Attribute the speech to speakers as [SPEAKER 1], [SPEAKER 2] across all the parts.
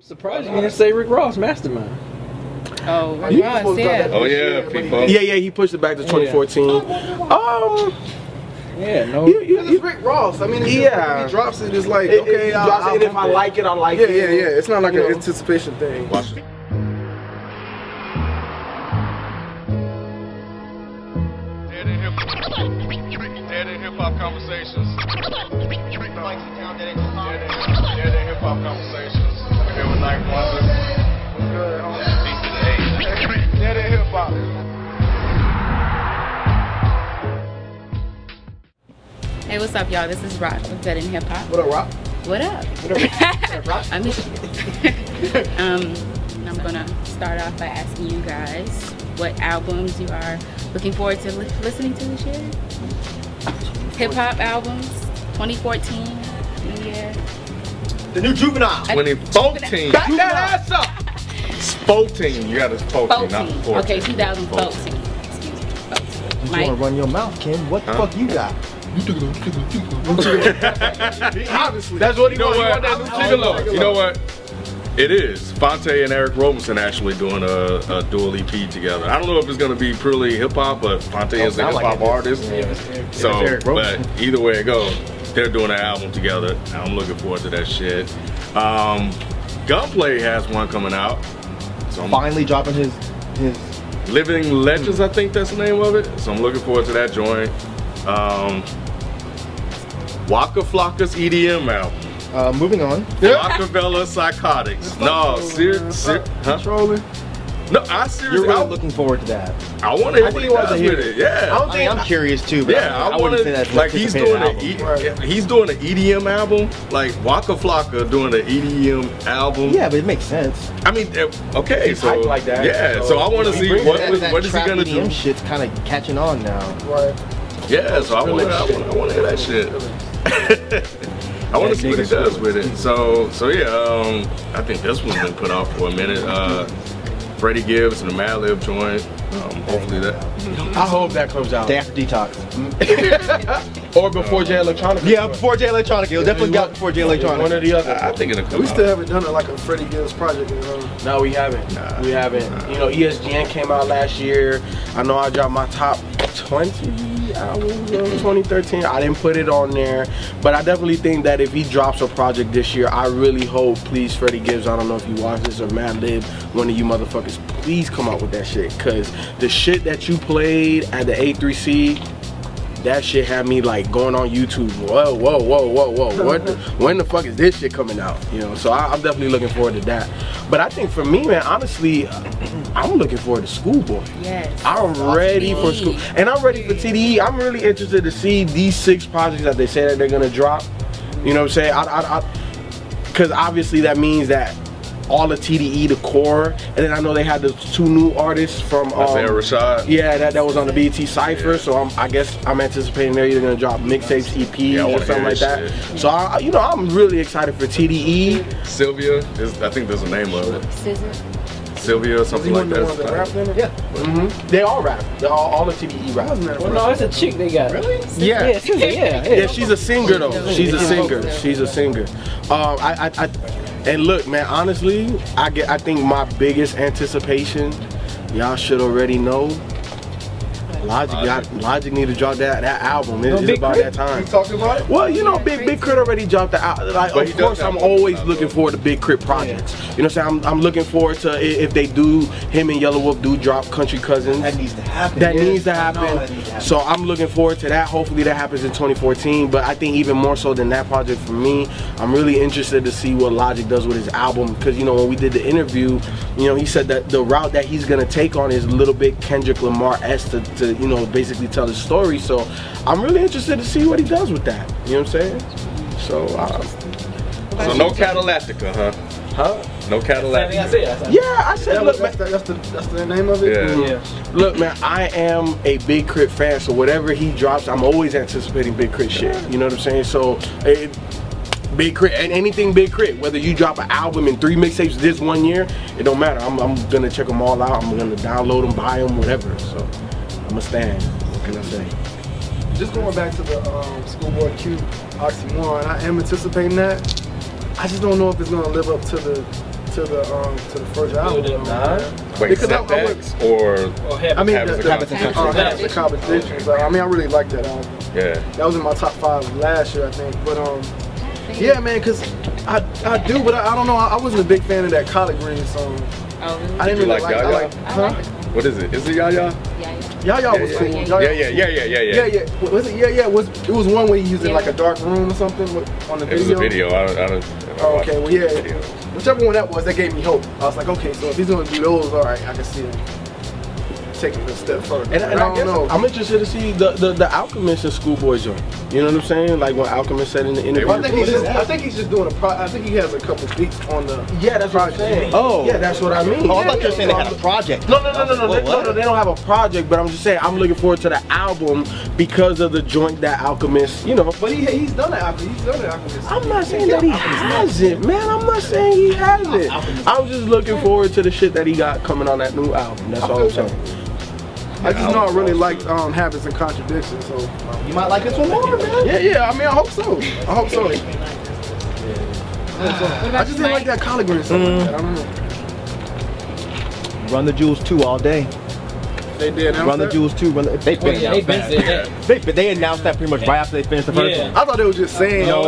[SPEAKER 1] Surprised you didn't say Rick Ross Mastermind.
[SPEAKER 2] Oh,
[SPEAKER 3] You
[SPEAKER 2] Rick Ross,
[SPEAKER 3] supposed to
[SPEAKER 2] yeah.
[SPEAKER 3] drop
[SPEAKER 4] Oh
[SPEAKER 3] that
[SPEAKER 4] yeah,
[SPEAKER 3] shit,
[SPEAKER 4] people.
[SPEAKER 3] but-
[SPEAKER 5] Yeah, yeah, he pushed it back to
[SPEAKER 3] Oh,
[SPEAKER 5] 2014. Um,
[SPEAKER 1] Yeah, no.
[SPEAKER 5] you, you,
[SPEAKER 3] Because
[SPEAKER 5] you,
[SPEAKER 3] it's Rick Ross. I mean, it's just,
[SPEAKER 5] Yeah.
[SPEAKER 3] when he drops it, it's like,
[SPEAKER 5] it- it-
[SPEAKER 3] okay,
[SPEAKER 5] he
[SPEAKER 3] I'll-
[SPEAKER 5] drops it,
[SPEAKER 3] I'll
[SPEAKER 5] and if
[SPEAKER 3] bump
[SPEAKER 5] I
[SPEAKER 3] it.
[SPEAKER 5] like it, I like
[SPEAKER 3] Yeah,
[SPEAKER 5] it.
[SPEAKER 3] yeah, yeah. It's not like
[SPEAKER 5] You
[SPEAKER 3] an
[SPEAKER 5] know.
[SPEAKER 3] anticipation thing.
[SPEAKER 4] Watch it.
[SPEAKER 6] Dead in hip Dead in hip hop conversations. Dead in hip hop conversations. We're here with Night Wonder. Peace to the A. Dead in hip hop.
[SPEAKER 2] Hey, what's up, y'all? This is Rock with Dead in Hip Hop.
[SPEAKER 3] What up, Rock?
[SPEAKER 2] What up? I'm um, and I'm gonna start off by asking you guys what albums you are looking forward to li- listening to this year. Hip hop albums, 2014, new year.
[SPEAKER 4] The new juvenile. 2014.
[SPEAKER 2] Back
[SPEAKER 4] that ass up. Spoting. You got us spoting, not
[SPEAKER 2] 14.
[SPEAKER 4] 14.
[SPEAKER 2] Okay, 2014. Excuse me. 14.
[SPEAKER 7] You
[SPEAKER 2] Mike.
[SPEAKER 7] wanna run your mouth, Kim? What the
[SPEAKER 4] Huh?
[SPEAKER 7] fuck you got?
[SPEAKER 3] Obviously.
[SPEAKER 5] That's what he
[SPEAKER 4] You know
[SPEAKER 5] wants. He
[SPEAKER 4] what?
[SPEAKER 5] wants that new gigolo.
[SPEAKER 4] You know what? It is. Fonte and Eric Robinson actually doing a, a dual EP together. I don't know if it's going to be purely hip hop, but Fonte is a
[SPEAKER 7] sound
[SPEAKER 4] hip
[SPEAKER 7] like
[SPEAKER 4] hop
[SPEAKER 7] it is.
[SPEAKER 4] artist. so,
[SPEAKER 5] Eric
[SPEAKER 4] but
[SPEAKER 5] Robinson.
[SPEAKER 4] either way it goes, they're doing an album together. and I'm looking forward to that shit. Um, Gunplay has one coming out. So I'm
[SPEAKER 7] Finally dropping his his
[SPEAKER 4] Living Legends, I think that's the name of it. So I'm looking forward to that joint. Um, Waka Flocka's EDM album.
[SPEAKER 7] uh moving on.
[SPEAKER 4] Rockefeller Psychotics. No, ser-
[SPEAKER 3] Uh,
[SPEAKER 4] ser- huh?
[SPEAKER 3] Trolling.
[SPEAKER 4] No, I
[SPEAKER 7] You're
[SPEAKER 4] seriously,
[SPEAKER 7] really
[SPEAKER 4] I,
[SPEAKER 7] looking forward to that.
[SPEAKER 4] I want to
[SPEAKER 7] I
[SPEAKER 4] hear what
[SPEAKER 7] think
[SPEAKER 4] he
[SPEAKER 7] you want to
[SPEAKER 4] does
[SPEAKER 7] hear
[SPEAKER 4] with
[SPEAKER 7] it.
[SPEAKER 4] it. Yeah.
[SPEAKER 7] I, mean, I'm curious too, but
[SPEAKER 4] yeah, I,
[SPEAKER 7] I,
[SPEAKER 4] want
[SPEAKER 7] wouldn't say
[SPEAKER 4] to
[SPEAKER 7] that's
[SPEAKER 4] like he's
[SPEAKER 7] anticipated
[SPEAKER 4] doing an
[SPEAKER 7] album.
[SPEAKER 4] e- he's doing an EDM album like Waka Flocka doing an EDM album.
[SPEAKER 7] Yeah, but it makes sense.
[SPEAKER 4] I mean, eh, okay,
[SPEAKER 5] He's
[SPEAKER 4] so
[SPEAKER 5] hyped like that,
[SPEAKER 4] yeah,
[SPEAKER 5] so-
[SPEAKER 4] so, I want to see
[SPEAKER 7] Bringing
[SPEAKER 4] what
[SPEAKER 7] that-
[SPEAKER 4] what-
[SPEAKER 7] that
[SPEAKER 4] what is he
[SPEAKER 7] trap E
[SPEAKER 4] gonna
[SPEAKER 7] EDM
[SPEAKER 4] do?
[SPEAKER 7] shit's kind of catching on now.
[SPEAKER 3] Right.
[SPEAKER 4] Yeah, so I want to I want to hear that shit. I want to see what he does with it. So so yeah, um, I think this one's been put off for a minute. Uh, Freddie Gibbs and the Madlib joint. Um, hopefully that.
[SPEAKER 5] I hope that comes out.
[SPEAKER 7] Day after detox.
[SPEAKER 5] Or before Jay Electronica.
[SPEAKER 7] Yeah, before Jay Electronica. It'll definitely got before Jay
[SPEAKER 5] One or
[SPEAKER 7] Electronica.
[SPEAKER 5] the other.
[SPEAKER 4] I think it'll come
[SPEAKER 3] We
[SPEAKER 4] out.
[SPEAKER 3] still haven't done it like a Freddie Gibbs project. You know?
[SPEAKER 5] No, we haven't. we haven't. You know, E ESGN came out last year. I know I dropped my top 20 albums in 2013. I didn't put it on there, but I definitely think that if he drops a project this year, I really hope, please, Freddie Gibbs. I don't know if you watch this or Mad Lib, one of you motherfuckers, please come out with that shit, cause the shit that you played at the A3C. That shit had me like going on YouTube. Whoa, whoa, whoa, whoa, whoa. What the, when the fuck is this shit coming out? You know, so I, I'm definitely looking forward to that. But I think for me, man, honestly, I'm looking forward to Schoolboy.
[SPEAKER 2] Yes.
[SPEAKER 5] I'm ready for school, and I'm ready for TDE. I'm really interested to see these six projects that they say that they're gonna drop. You know what I'm saying? I, I, I, because obviously that means that all of TDE, the core, and then I know they had the two new artists from. Um,
[SPEAKER 4] Isaiah Rashad.
[SPEAKER 5] yeah, that, that was on the BT Cipher. So I'm, I guess I'm anticipating they're either gonna drop mixtapes, EPs,
[SPEAKER 4] I wanna
[SPEAKER 5] or something
[SPEAKER 4] hear
[SPEAKER 5] like
[SPEAKER 4] that
[SPEAKER 5] that. So I, you know, I'm really excited for E. TDE.
[SPEAKER 4] Sylvia is. I think there's a name of it.
[SPEAKER 2] Scissor.
[SPEAKER 4] Sylvia or
[SPEAKER 3] Is he
[SPEAKER 4] something like
[SPEAKER 3] one of the ones that
[SPEAKER 4] that.
[SPEAKER 3] rapped in it?
[SPEAKER 7] Yeah.
[SPEAKER 5] They all rap. They all, all the TDE rap.
[SPEAKER 3] Wasn't that a
[SPEAKER 1] Well, no, it's a chick they got. Really?
[SPEAKER 7] Yeah.
[SPEAKER 1] Yeah, yeah, yeah.
[SPEAKER 5] Yeah, she's a singer though. She's a singer. She's a singer. Um, I, I, I, and look, man. Honestly, I get. I think my biggest anticipation, y'all should already know. Logic, got, Logic need to drop that that album. It- It's,
[SPEAKER 1] Big
[SPEAKER 5] about
[SPEAKER 1] Crit?
[SPEAKER 5] that
[SPEAKER 3] We
[SPEAKER 5] time.
[SPEAKER 3] talked about it?
[SPEAKER 5] Well, you know, Big Big Crit already dropped the out. Like,
[SPEAKER 4] But he
[SPEAKER 5] of
[SPEAKER 4] does
[SPEAKER 5] course,
[SPEAKER 4] have
[SPEAKER 5] I'm
[SPEAKER 4] one
[SPEAKER 5] always
[SPEAKER 4] out,
[SPEAKER 5] looking
[SPEAKER 4] though.
[SPEAKER 5] forward to Big Crit projects. You know, what I'm saying I'm, I'm looking forward to i- if they do him and Yellow Wolf do drop Country Cousins.
[SPEAKER 7] That needs to happen.
[SPEAKER 5] That
[SPEAKER 7] Yes,
[SPEAKER 5] needs to
[SPEAKER 7] I know
[SPEAKER 5] happen.
[SPEAKER 7] that needs to happen.
[SPEAKER 5] So I'm looking forward to that. Hopefully that happens in 2014. But I think even more so than that project for me, I'm really interested to see what Logic does with his album. Because you know when we did the interview, you know he said that the route that he's gonna take on is a little bit Kendrick Lamar s to, to you know basically tell his story. So I'm really interested to see what he does with that. You know what I'm saying? So uh,
[SPEAKER 4] So no Catalactica, huh?
[SPEAKER 5] huh?
[SPEAKER 4] No
[SPEAKER 1] I think I
[SPEAKER 4] Catalactica.
[SPEAKER 1] said. I said.
[SPEAKER 5] Yeah, I said
[SPEAKER 3] That was,
[SPEAKER 5] look, man,
[SPEAKER 3] that's, the, that's, the, that's the name of it?
[SPEAKER 4] Yeah.
[SPEAKER 5] Look, man, I am a Big Crit fan, so whatever he drops, I'm always anticipating Big Crit shit. You know what I'm saying? So, it, Big Crit, and anything Big Crit, whether you drop an album and three mixtapes this one year, it don't matter. I'm, I'm gonna check them all out. I'm gonna download them, buy them, whatever. So, I'm a stand. What can I say?
[SPEAKER 3] Just going back to the um, Schoolboy Q oxymoron, I am anticipating that. I just don't know if it's gonna live up to the to the um, to the first
[SPEAKER 7] Oh.
[SPEAKER 3] album. you know.
[SPEAKER 4] Wait,
[SPEAKER 3] Because I- I would-
[SPEAKER 4] setbacks or
[SPEAKER 3] I mean, the,
[SPEAKER 4] Habits
[SPEAKER 3] the,
[SPEAKER 4] and
[SPEAKER 3] the,
[SPEAKER 4] Habits
[SPEAKER 7] and
[SPEAKER 3] uh,
[SPEAKER 7] Habits.
[SPEAKER 3] Habits and Competitions. Like, I mean, I really like that album.
[SPEAKER 4] yeah,
[SPEAKER 3] That was in my top five last year, I think. But um, yeah, man, because I, I do, but I, I don't know. I, I wasn't a big fan of that collard green song.
[SPEAKER 2] Oh, really?
[SPEAKER 3] I didn't
[SPEAKER 4] You
[SPEAKER 3] really
[SPEAKER 4] like
[SPEAKER 3] like. I
[SPEAKER 4] Yaya?
[SPEAKER 3] like,
[SPEAKER 2] I
[SPEAKER 3] huh?
[SPEAKER 2] like it.
[SPEAKER 4] what is it? Is it Yaya?
[SPEAKER 2] Yeah, yeah.
[SPEAKER 3] Y'all, y'all was
[SPEAKER 4] yeah,
[SPEAKER 3] cool.
[SPEAKER 2] yeah.
[SPEAKER 3] Y'all,
[SPEAKER 4] Yeah,
[SPEAKER 3] Y'all-
[SPEAKER 4] yeah, yeah, yeah, yeah,
[SPEAKER 3] Yeah,
[SPEAKER 4] yeah.
[SPEAKER 3] yeah. Was it? Yeah, yeah. Was it was one way he used it in like a
[SPEAKER 2] Yeah.
[SPEAKER 3] dark room or something with, on the
[SPEAKER 4] It was a video. I don't. I don't I don't
[SPEAKER 3] Oh,
[SPEAKER 4] watch
[SPEAKER 3] okay, well,
[SPEAKER 4] the
[SPEAKER 3] yeah.
[SPEAKER 4] video.
[SPEAKER 3] Whichever one that was, that gave me hope. I was like, okay, so if he's gonna do those, all right, I can see him taking it a step further.
[SPEAKER 5] And, and I, guess I'm interested to see the, the, the Alchemist and Schoolboy joint. You know what I'm saying? Like what Alchemist said in the interview.
[SPEAKER 3] Well, I think he's just. I think he's just doing a. Pro- I think he has a couple beats on the.
[SPEAKER 5] yeah, that's what I'm saying.
[SPEAKER 7] Oh.
[SPEAKER 5] yeah, that's what I mean.
[SPEAKER 7] Oh, I thought you were saying they had a project.
[SPEAKER 5] No, no, no, no, no,
[SPEAKER 7] What,
[SPEAKER 5] they, no,
[SPEAKER 7] what?
[SPEAKER 5] no. They don't have a project, but I'm just saying I'm looking forward to the album because of the joint that Alchemist, you know.
[SPEAKER 3] But he he's done that. He's done that. Alchemist.
[SPEAKER 5] I'm not saying that he hasn't, man. I'm not saying he hasn't. I'm just looking forward to the shit that he got coming on that new album. That's all I'm saying.
[SPEAKER 3] I just know I really liked um, Habits and Contradictions, so
[SPEAKER 7] You might like this one more, man.
[SPEAKER 3] yeah, yeah. I mean, I hope so. I hope so. I
[SPEAKER 2] What about you,
[SPEAKER 3] just didn't like
[SPEAKER 2] Mike?
[SPEAKER 3] that collard green song. like that. I don't know.
[SPEAKER 7] Run the Jewels 2 all day.
[SPEAKER 3] They did.
[SPEAKER 7] Run the
[SPEAKER 3] that?
[SPEAKER 7] Jewels 2. Run the, they've been
[SPEAKER 1] yeah, they've
[SPEAKER 7] announced
[SPEAKER 1] been
[SPEAKER 7] that.
[SPEAKER 1] said
[SPEAKER 7] They, they announced that pretty much right after they finished the first
[SPEAKER 1] Yeah.
[SPEAKER 7] one.
[SPEAKER 3] I thought they were just saying.
[SPEAKER 7] No,
[SPEAKER 3] oh,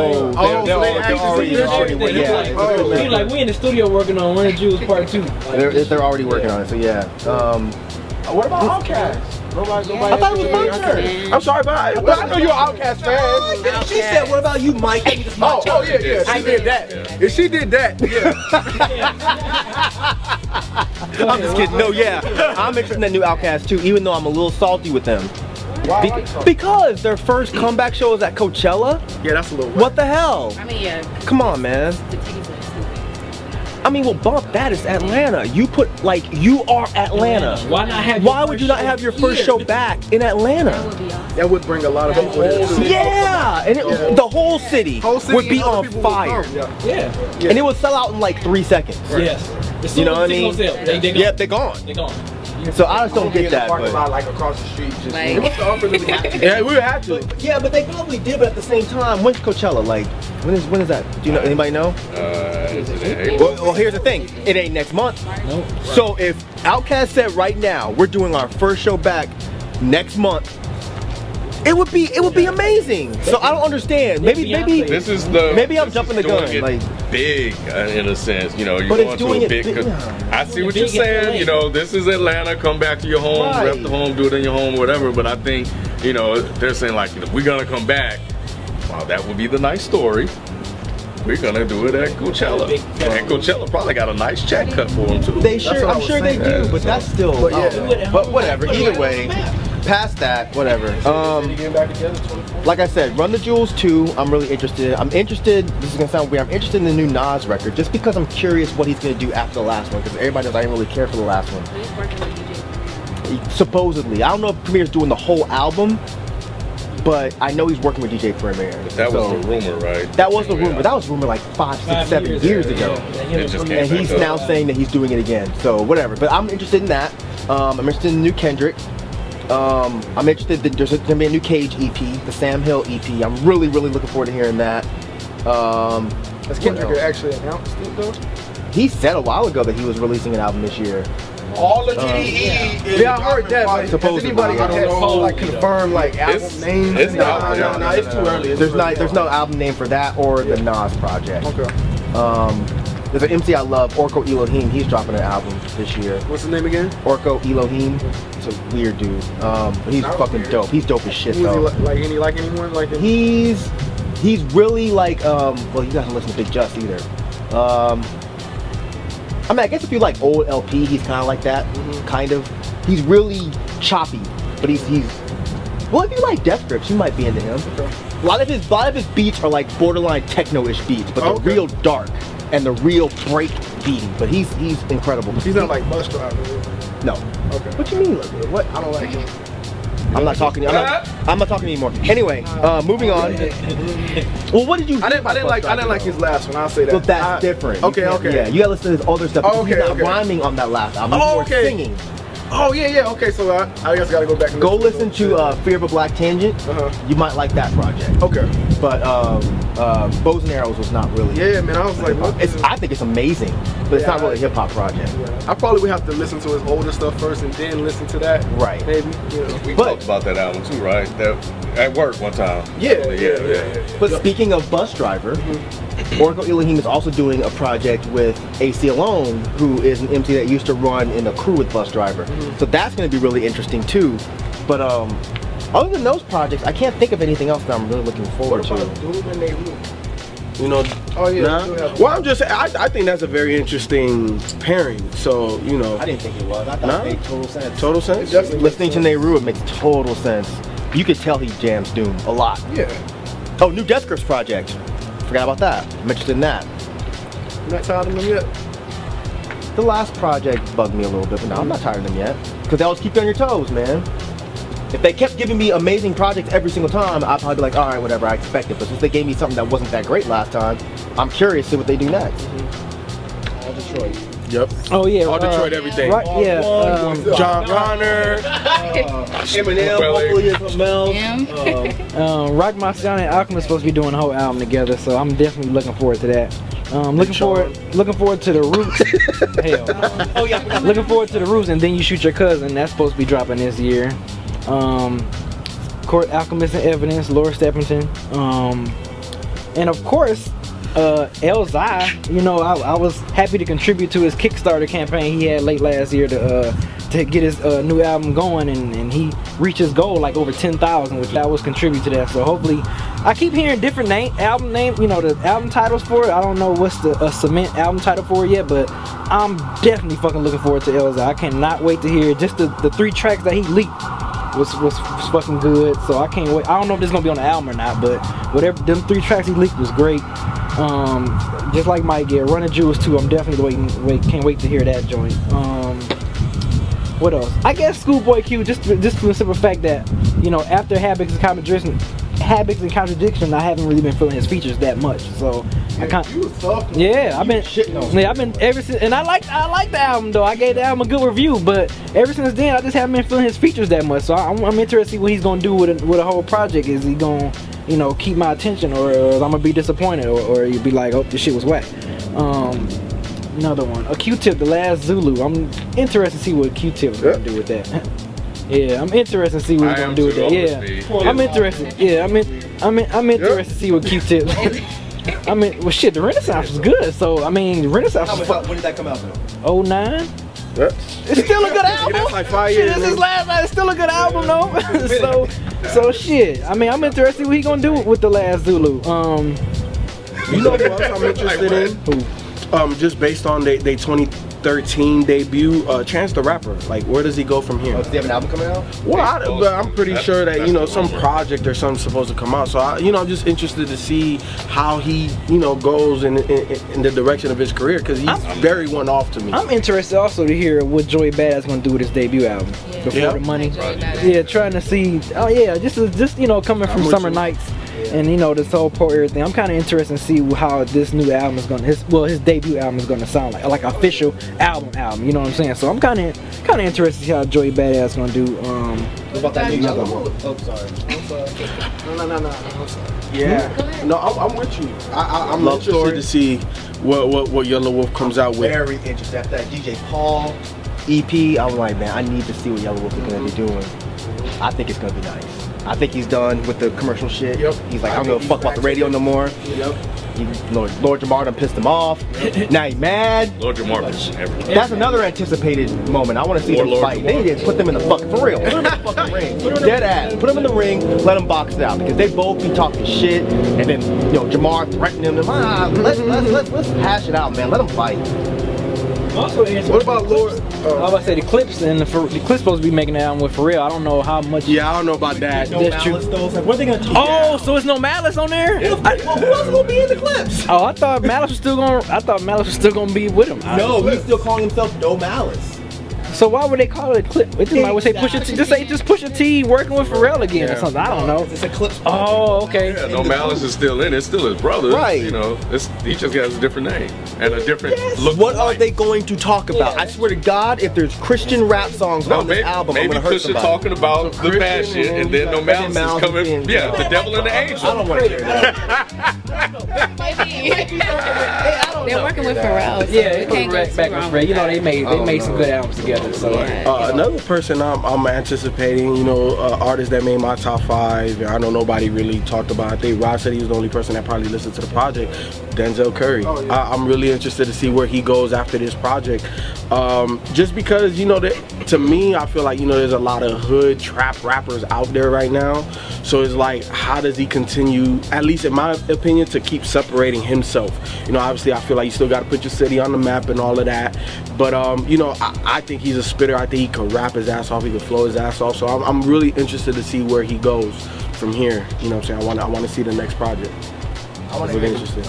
[SPEAKER 7] they're- they're
[SPEAKER 3] so
[SPEAKER 7] all-
[SPEAKER 3] they
[SPEAKER 7] they're already-
[SPEAKER 3] actually did
[SPEAKER 1] that.
[SPEAKER 7] they're
[SPEAKER 3] shit.
[SPEAKER 7] already-
[SPEAKER 1] Everything.
[SPEAKER 7] yeah. Oh,
[SPEAKER 1] He like, he like, we in the studio working on Run the Jewels Part Two. Like,
[SPEAKER 7] They're, they're already working on it, so yeah. Um,
[SPEAKER 5] What about Outkast? Nobody, nobody.
[SPEAKER 7] I thought it was my turn.
[SPEAKER 2] Man.
[SPEAKER 5] I'm sorry, but I, but I know you're an Outkast fan.
[SPEAKER 7] She said, "What about you, Mike?"
[SPEAKER 3] Oh, oh yeah, yeah.
[SPEAKER 4] I
[SPEAKER 3] She did
[SPEAKER 4] did.
[SPEAKER 3] that. If she did that, yeah.
[SPEAKER 7] I'm just kidding. No, yeah, I'm expecting that new Outcast too, even though I'm a little salty with them. Be- because their first comeback show is at Coachella.
[SPEAKER 3] yeah, that's a little.
[SPEAKER 7] What the hell?
[SPEAKER 2] I mean, yeah,
[SPEAKER 7] Come on, man.
[SPEAKER 2] uh, the tickets are stupid.
[SPEAKER 7] I mean, well, bump that is Atlanta. You put like you are Atlanta.
[SPEAKER 1] Why not have?
[SPEAKER 7] Why
[SPEAKER 1] your
[SPEAKER 7] would
[SPEAKER 1] first
[SPEAKER 7] you not
[SPEAKER 1] show
[SPEAKER 7] have your first
[SPEAKER 1] here?
[SPEAKER 7] show back in
[SPEAKER 2] That
[SPEAKER 7] Atlanta?
[SPEAKER 2] would be awesome.
[SPEAKER 3] That would bring a lot of people. in.
[SPEAKER 7] Yeah, and it, the whole city,
[SPEAKER 3] Whole city
[SPEAKER 7] would be
[SPEAKER 3] and other
[SPEAKER 7] on
[SPEAKER 3] people would
[SPEAKER 7] fire,
[SPEAKER 3] come, yeah.
[SPEAKER 1] Yeah.
[SPEAKER 7] and it would sell out in like three seconds.
[SPEAKER 1] Yes. As soon
[SPEAKER 7] You know what
[SPEAKER 1] as
[SPEAKER 7] I
[SPEAKER 1] it
[SPEAKER 7] mean?
[SPEAKER 1] goes up, They, they gone.
[SPEAKER 7] Yeah, they're gone.
[SPEAKER 1] They gone.
[SPEAKER 7] So I just don't
[SPEAKER 5] Be
[SPEAKER 7] get
[SPEAKER 5] in the
[SPEAKER 7] that.
[SPEAKER 5] parking
[SPEAKER 7] But.
[SPEAKER 5] lot, like across the street, just
[SPEAKER 2] Like,
[SPEAKER 5] yeah, we would have to.
[SPEAKER 7] Yeah, but they probably did, but at the same time, when's Coachella? Like, when is when is that? Do you know anybody know?
[SPEAKER 4] Uh, is it in April?
[SPEAKER 7] Well, well, here's the thing. It ain't next month.
[SPEAKER 1] Nope.
[SPEAKER 7] So if Outkast said right now we're doing our first show back next month, it would be it would be amazing. So I don't understand. Maybe maybe
[SPEAKER 4] This is the
[SPEAKER 7] Maybe I'm
[SPEAKER 4] this is
[SPEAKER 7] jumping the
[SPEAKER 4] doing
[SPEAKER 7] gun,
[SPEAKER 4] it
[SPEAKER 7] like-
[SPEAKER 4] big uh, in a sense, you know. You're
[SPEAKER 7] But
[SPEAKER 4] going
[SPEAKER 7] it's
[SPEAKER 4] to
[SPEAKER 7] doing
[SPEAKER 4] a
[SPEAKER 7] it
[SPEAKER 4] big.
[SPEAKER 7] big-
[SPEAKER 4] co-
[SPEAKER 7] yeah.
[SPEAKER 4] I see
[SPEAKER 1] Doing
[SPEAKER 4] what
[SPEAKER 1] it
[SPEAKER 4] you're
[SPEAKER 1] big in
[SPEAKER 4] saying.
[SPEAKER 1] LA.
[SPEAKER 4] You know, this is Atlanta. Come back to your home, rep
[SPEAKER 7] Right.
[SPEAKER 4] the home, do it in your home, whatever. But I think you know they're saying like you know, we're gonna come back. Wow, that would be the nice story. We're gonna do it at Coachella.
[SPEAKER 1] Big-
[SPEAKER 4] And Coachella probably got a nice check cut for them too.
[SPEAKER 7] they
[SPEAKER 3] what
[SPEAKER 7] sure
[SPEAKER 3] I
[SPEAKER 7] I'm
[SPEAKER 3] was
[SPEAKER 7] sure they
[SPEAKER 4] saying.
[SPEAKER 7] do, but that's still oh.
[SPEAKER 3] But yeah.
[SPEAKER 7] I don't know. but whatever. Either way, past that, whatever. Um, like I said, Run the Jewels 2, I'm really interested. I'm interested, this is gonna sound weird, I'm interested in the new Nas record just because I'm curious what he's gonna do after the last one because everybody knows I didn't really care for the last one.
[SPEAKER 2] he's working with DJ.
[SPEAKER 7] Supposedly. I don't know if Premier's doing the whole album, but I know he's working with DJ Premier.
[SPEAKER 4] That was
[SPEAKER 7] so-
[SPEAKER 4] the rumor, right?
[SPEAKER 7] that was the rumor.
[SPEAKER 4] Yeah.
[SPEAKER 7] That was rumor like five, six, seven
[SPEAKER 1] Five
[SPEAKER 7] years, ago.
[SPEAKER 1] Yeah, they
[SPEAKER 4] It
[SPEAKER 1] hit
[SPEAKER 4] just
[SPEAKER 1] him
[SPEAKER 4] came
[SPEAKER 7] And
[SPEAKER 1] from-
[SPEAKER 7] he's
[SPEAKER 4] back
[SPEAKER 7] now saying that he's doing it again. So whatever. But I'm interested in that. Um, I'm interested in the new Kendrick. Um, I'm interested that there's gonna be a new Cage EP, the Sam Hill EP. I'm really, really looking forward to hearing that. Um,
[SPEAKER 3] Has Kendrick
[SPEAKER 7] what else?
[SPEAKER 3] actually announced it though?
[SPEAKER 7] He said a while ago that he was releasing an album this year. Um,
[SPEAKER 5] All the TDE is
[SPEAKER 3] Yeah, I heard that. But has
[SPEAKER 7] Supposedly.
[SPEAKER 3] anybody
[SPEAKER 7] Oh, I
[SPEAKER 3] got
[SPEAKER 7] don't
[SPEAKER 3] that
[SPEAKER 1] know.
[SPEAKER 3] like confirmed like album
[SPEAKER 4] It's-
[SPEAKER 3] names?
[SPEAKER 4] it's
[SPEAKER 3] Nah,
[SPEAKER 4] out
[SPEAKER 3] nah,
[SPEAKER 4] there.
[SPEAKER 3] nah, nah, Oh, it's too early. It's
[SPEAKER 7] There's
[SPEAKER 3] too
[SPEAKER 7] not,
[SPEAKER 3] early.
[SPEAKER 7] there's no album name for that or the Nas project.
[SPEAKER 3] Okay.
[SPEAKER 7] Um, there's an MC I love, Orko Elohim. He's dropping an album this year.
[SPEAKER 3] What's his name again?
[SPEAKER 7] Orko Elohim. It's a weird dude. Um, but he's
[SPEAKER 3] Not
[SPEAKER 7] fucking
[SPEAKER 3] weird.
[SPEAKER 7] dope. He's dope as shit
[SPEAKER 3] Is he
[SPEAKER 7] though.
[SPEAKER 3] like, like any like anyone like? He,
[SPEAKER 7] He's he's really like um well you guys don't listen to Big Just either. Um I mean I guess if you like old LP he's kinda like that.
[SPEAKER 3] Mm-hmm.
[SPEAKER 7] Kind of. He's really choppy, but he's he's well if you like Death Grips you might be into him. A lot of his a lot of his beats are like borderline techno-ish beats, but they're
[SPEAKER 3] Okay.
[SPEAKER 7] real dark and the real break beating. But he's he's incredible.
[SPEAKER 3] he's not like Buster out there.
[SPEAKER 7] No.
[SPEAKER 3] Okay.
[SPEAKER 7] What you mean? Like, what?
[SPEAKER 3] I don't like him.
[SPEAKER 7] I'm not talking. I'm not, I'm not talking anymore. Anyway, uh, moving on. Well, what did you?
[SPEAKER 3] I didn't. I didn't like. I didn't like his last one. I'll say that.
[SPEAKER 7] But that's
[SPEAKER 3] I-
[SPEAKER 7] different. You
[SPEAKER 3] Okay.
[SPEAKER 7] can't-
[SPEAKER 3] Okay.
[SPEAKER 7] Yeah, you gotta listen to his older stuff.
[SPEAKER 3] Oh,
[SPEAKER 7] because he's not
[SPEAKER 3] okay, okay.
[SPEAKER 7] rhyming on that last album.
[SPEAKER 3] Oh,
[SPEAKER 7] He's more
[SPEAKER 3] okay.
[SPEAKER 7] singing.
[SPEAKER 3] Oh yeah, yeah. Okay, so I, I guess I gotta go back and
[SPEAKER 7] Go listen to uh, Fear of a Black Tangent.
[SPEAKER 3] Uh-huh. Oh.
[SPEAKER 7] You might like that project.
[SPEAKER 3] Okay.
[SPEAKER 7] But um, uh, Bows and Arrows was not really.
[SPEAKER 3] Yeah, man. I was like, what
[SPEAKER 7] It's,
[SPEAKER 3] the-
[SPEAKER 7] I think it's amazing, but it's
[SPEAKER 3] Yeah,
[SPEAKER 7] not really
[SPEAKER 3] I-
[SPEAKER 7] a hip hop project.
[SPEAKER 3] I probably would have to listen to his older stuff first and then listen to that.
[SPEAKER 7] Right.
[SPEAKER 3] Maybe. You know.
[SPEAKER 4] We
[SPEAKER 7] But-
[SPEAKER 4] talked about that album too, right? That at work one time.
[SPEAKER 3] Yeah, yeah, yeah,
[SPEAKER 7] But speaking of bus driver, Oracle Elohim is also doing a project with AC Alone, who is an MC that used to run in a crew with Bus Driver. So that's going to be really interesting too. But um, other than those projects, I can't think of anything else that I'm really looking forward
[SPEAKER 3] What
[SPEAKER 7] to.
[SPEAKER 3] about Doom and Nehru?
[SPEAKER 5] You know,
[SPEAKER 3] Oh yeah.
[SPEAKER 5] nah.
[SPEAKER 3] you have-
[SPEAKER 5] Well, I'm just I, I think that's a very interesting pairing. So, you know,
[SPEAKER 7] I didn't think it was. I thought
[SPEAKER 5] No?
[SPEAKER 7] it made total sense.
[SPEAKER 5] total sense.
[SPEAKER 3] Definitely.
[SPEAKER 7] Listening to Nehru, it makes total sense. You could tell he jams Doom a lot.
[SPEAKER 3] Yeah.
[SPEAKER 7] Oh, new Death Grips project. Forgot about that. I'm interested in that.
[SPEAKER 3] I'm not tired of them yet.
[SPEAKER 7] The last project bugged me a little bit, but no, I'm not tired of them yet. Because they always keep you on your toes, man. If they kept giving me amazing projects every single time, I'd probably be like, all right, whatever, I expect it. But since they gave me something that wasn't that great last time, I'm curious to see what they do next.
[SPEAKER 5] Yep.
[SPEAKER 1] Oh yeah,
[SPEAKER 5] All Detroit everything.
[SPEAKER 7] Uh, Right? Yeah. Um,
[SPEAKER 5] John Connor. Uh,
[SPEAKER 7] Eminem,
[SPEAKER 4] Well,
[SPEAKER 7] hopefully, or something else.
[SPEAKER 2] Him.
[SPEAKER 1] Um, Rock My Sound and Alchemist supposed to be doing a whole album together, so I'm definitely looking forward to that. Um, looking forward, looking forward to the roots. Hell,
[SPEAKER 7] Oh, yeah, I forgot.
[SPEAKER 1] looking forward to the roots, and then you shoot your cousin. That's supposed to be dropping this year. Um, Court Alchemist and Evidence, Laura Steppenton, um, and of course. Uh, Elzai, you know, I, I was happy to contribute to his Kickstarter campaign he had late last year to uh, to get his uh, new album going, and, and he reached his goal like over ten thousand, which I was contribute to that. So hopefully, I keep hearing different name album name, you know, the album titles for it. I don't know what's the uh, cement album title for it yet, but I'm definitely fucking looking forward to Elza. I cannot wait to hear it. just the, the three tracks that he leaked was, was was fucking good. So I can't wait. I don't know if this is gonna be on the album or not, but whatever them three tracks he leaked was great. Um, just like Mike, yeah, Running Jewels too. I'm definitely waiting. Wait, can't wait to hear that joint. Um, what else? I guess Schoolboy Q. Just just for the simple fact that you know after Habits and Contradiction, Habits and Contradiction, I haven't really been feeling his features that much. So I can't.
[SPEAKER 3] You was soft.
[SPEAKER 1] Yeah, I've
[SPEAKER 3] You
[SPEAKER 1] been
[SPEAKER 3] shitting on
[SPEAKER 1] Yeah, I've been ever since, and I like I like the album though. I gave the album a good review, but ever since then, I just haven't been feeling his features that much. So I'm, I'm interested to see what he's gonna do with a, with a whole project. Is he gonna, you know, keep my attention, or, or I'm gonna be disappointed, or, or you'd be like, oh, this shit was whack. Um, another one, a Q-tip, the last Zulu. I'm interested to see what Q-tip's gonna do with that. yeah, I'm interested to see what
[SPEAKER 4] I
[SPEAKER 1] he's gonna
[SPEAKER 4] am
[SPEAKER 1] do with
[SPEAKER 4] too,
[SPEAKER 1] that.
[SPEAKER 4] obviously.
[SPEAKER 1] Yeah, I'm interested. Yeah, I'm in, I'm in, I'm interested to see what Q-tip. I mean, well, shit, the Renaissance was good. So, I mean, the Renaissance was
[SPEAKER 7] When did that come out, though?
[SPEAKER 1] oh nine.
[SPEAKER 5] Yep.
[SPEAKER 1] It's still a good album.
[SPEAKER 5] that's like five
[SPEAKER 1] Shit,
[SPEAKER 5] years,
[SPEAKER 1] this is
[SPEAKER 5] man.
[SPEAKER 1] last night. It's still a good album, though. so, so shit. I mean, I'm interested what he gonna do with the last Zulu. Um,
[SPEAKER 5] You know what else I'm interested in? Um, just based on they, they 2013 debut, uh, Chance the Rapper. Like, where does he go from here?
[SPEAKER 7] Oh, does he have an album coming out?
[SPEAKER 5] Well, I, but I'm pretty
[SPEAKER 4] That's-
[SPEAKER 5] sure that
[SPEAKER 4] that's
[SPEAKER 5] you know
[SPEAKER 4] the
[SPEAKER 5] some
[SPEAKER 4] rumor.
[SPEAKER 5] project or something's supposed to come out. So I, you know, I'm just interested to see how he you know goes in in, in the direction of his career because he's very one off to me.
[SPEAKER 1] I'm interested also to hear what Joey Badass gonna do with his debut album
[SPEAKER 2] Yeah.
[SPEAKER 1] before
[SPEAKER 5] Yeah.
[SPEAKER 1] the money.
[SPEAKER 2] Enjoy that.
[SPEAKER 1] Yeah, trying to see. Oh yeah, just just you know coming from
[SPEAKER 5] with
[SPEAKER 1] summer
[SPEAKER 5] you.
[SPEAKER 1] nights, and you know this whole poor everything. I'm kind of interested to see how this new album is gonna his well his debut album is gonna sound like like official album album. You know what I'm saying? So I'm kind of kind of interested to see how Joey Badass gonna do. Um,
[SPEAKER 7] What about that new album? Oh, sorry.
[SPEAKER 3] No, no, no, no. I'm sorry.
[SPEAKER 5] yeah, no, I'm, I'm with you. I, I, I'm
[SPEAKER 7] Love
[SPEAKER 5] interested
[SPEAKER 7] Story.
[SPEAKER 5] to see what what what Yellow Wolf comes out with.
[SPEAKER 7] Very interesting. After that DJ Paul EP, I was like, man, I need to see what Yellow Wolf is gonna be doing. I think it's gonna be nice. I think he's done with the commercial shit.
[SPEAKER 3] Yep.
[SPEAKER 7] He's like, I don't
[SPEAKER 3] I think
[SPEAKER 7] give a fuck
[SPEAKER 3] he's
[SPEAKER 7] about the radio no more.
[SPEAKER 3] Yep.
[SPEAKER 7] He, Lord, Lord Jamar done pissed him off. now he mad.
[SPEAKER 4] Lord Jamar is everywhere.
[SPEAKER 7] That's another anticipated moment. I want to see
[SPEAKER 4] Or
[SPEAKER 7] them
[SPEAKER 4] Lord
[SPEAKER 7] fight. They need to put them in the fucking for real. Put them in the fucking ring. Dead ass. Put them in the ring. Let them box it out because they both be talking shit. And then you know Jamar threatening them. Ah, let's let's let's let's hash it out, man. Let them fight.
[SPEAKER 1] also,
[SPEAKER 3] What about Lord?
[SPEAKER 1] I
[SPEAKER 3] Uh,
[SPEAKER 1] was about to say the clips and the, the clips supposed to be making an album with Pharrell. I don't know how much.
[SPEAKER 5] Yeah, I don't know about that.
[SPEAKER 1] No That's malice,
[SPEAKER 7] What they gonna do?
[SPEAKER 1] Oh, so it's no Malice on there? I-
[SPEAKER 7] who else gonna be in the clips?
[SPEAKER 1] oh, I thought Malice was still gonna. I thought Malice was still gonna be with him. I-
[SPEAKER 3] Oh,
[SPEAKER 7] No, he's still calling himself No Malice.
[SPEAKER 1] So why would they call it a clip? It just might would say push a t, just say just push a T working with Pharrell again or something. I don't know.
[SPEAKER 7] It's a clips.
[SPEAKER 1] Oh, okay.
[SPEAKER 4] Yeah, no malice is still in. it. It's still his brother.
[SPEAKER 7] Right.
[SPEAKER 4] You know, it's, he just got a different name. and a different look.
[SPEAKER 7] What
[SPEAKER 4] of
[SPEAKER 7] are
[SPEAKER 4] life.
[SPEAKER 7] they going to talk about? I swear to God, if there's Christian rap songs
[SPEAKER 4] No,
[SPEAKER 7] on this
[SPEAKER 4] maybe,
[SPEAKER 7] album,
[SPEAKER 4] maybe
[SPEAKER 7] I'm gonna hurt
[SPEAKER 4] Pusha
[SPEAKER 7] somebody.
[SPEAKER 4] talking about the bad
[SPEAKER 5] Christian
[SPEAKER 4] shit,
[SPEAKER 5] and
[SPEAKER 4] and then no
[SPEAKER 5] then
[SPEAKER 4] mountains is
[SPEAKER 7] Mouse
[SPEAKER 4] coming.
[SPEAKER 7] and-
[SPEAKER 4] Yeah, the devil and the
[SPEAKER 7] I don't
[SPEAKER 4] angel.
[SPEAKER 7] want to hear that.
[SPEAKER 2] Maybe. They're working with Pharrell. So
[SPEAKER 1] Yeah,
[SPEAKER 2] we
[SPEAKER 1] it put
[SPEAKER 2] can't go
[SPEAKER 1] Red
[SPEAKER 2] too
[SPEAKER 1] back
[SPEAKER 2] wrong
[SPEAKER 1] with Red. You know they
[SPEAKER 2] that.
[SPEAKER 1] made
[SPEAKER 5] I
[SPEAKER 1] they
[SPEAKER 5] don't
[SPEAKER 1] made some
[SPEAKER 5] know.
[SPEAKER 1] good albums together. So
[SPEAKER 2] Yeah.
[SPEAKER 5] Uh, another person I'm, I'm anticipating, you know, uh, artist that made my top five. I know nobody really talked about. I think Rod said he was the only person that probably listened to the project. Denzel Curry.
[SPEAKER 3] Oh, yeah.
[SPEAKER 5] I, I'm really interested to see where he goes after this project. Um, just because, you know, that to me, I feel like you know, there's a lot of hood trap rappers out there right now. So it's like, how does he continue? At least in my opinion, to keep separating himself. You know, obviously, I feel like you still got to put your city on the map and all of that. But um, you know, I, I think he's a spitter. I think he can rap his ass off. He can flow his ass off. So I'm, I'm really interested to see where he goes from here. You know, what I'm saying I want I want to see the next project. I want to interested.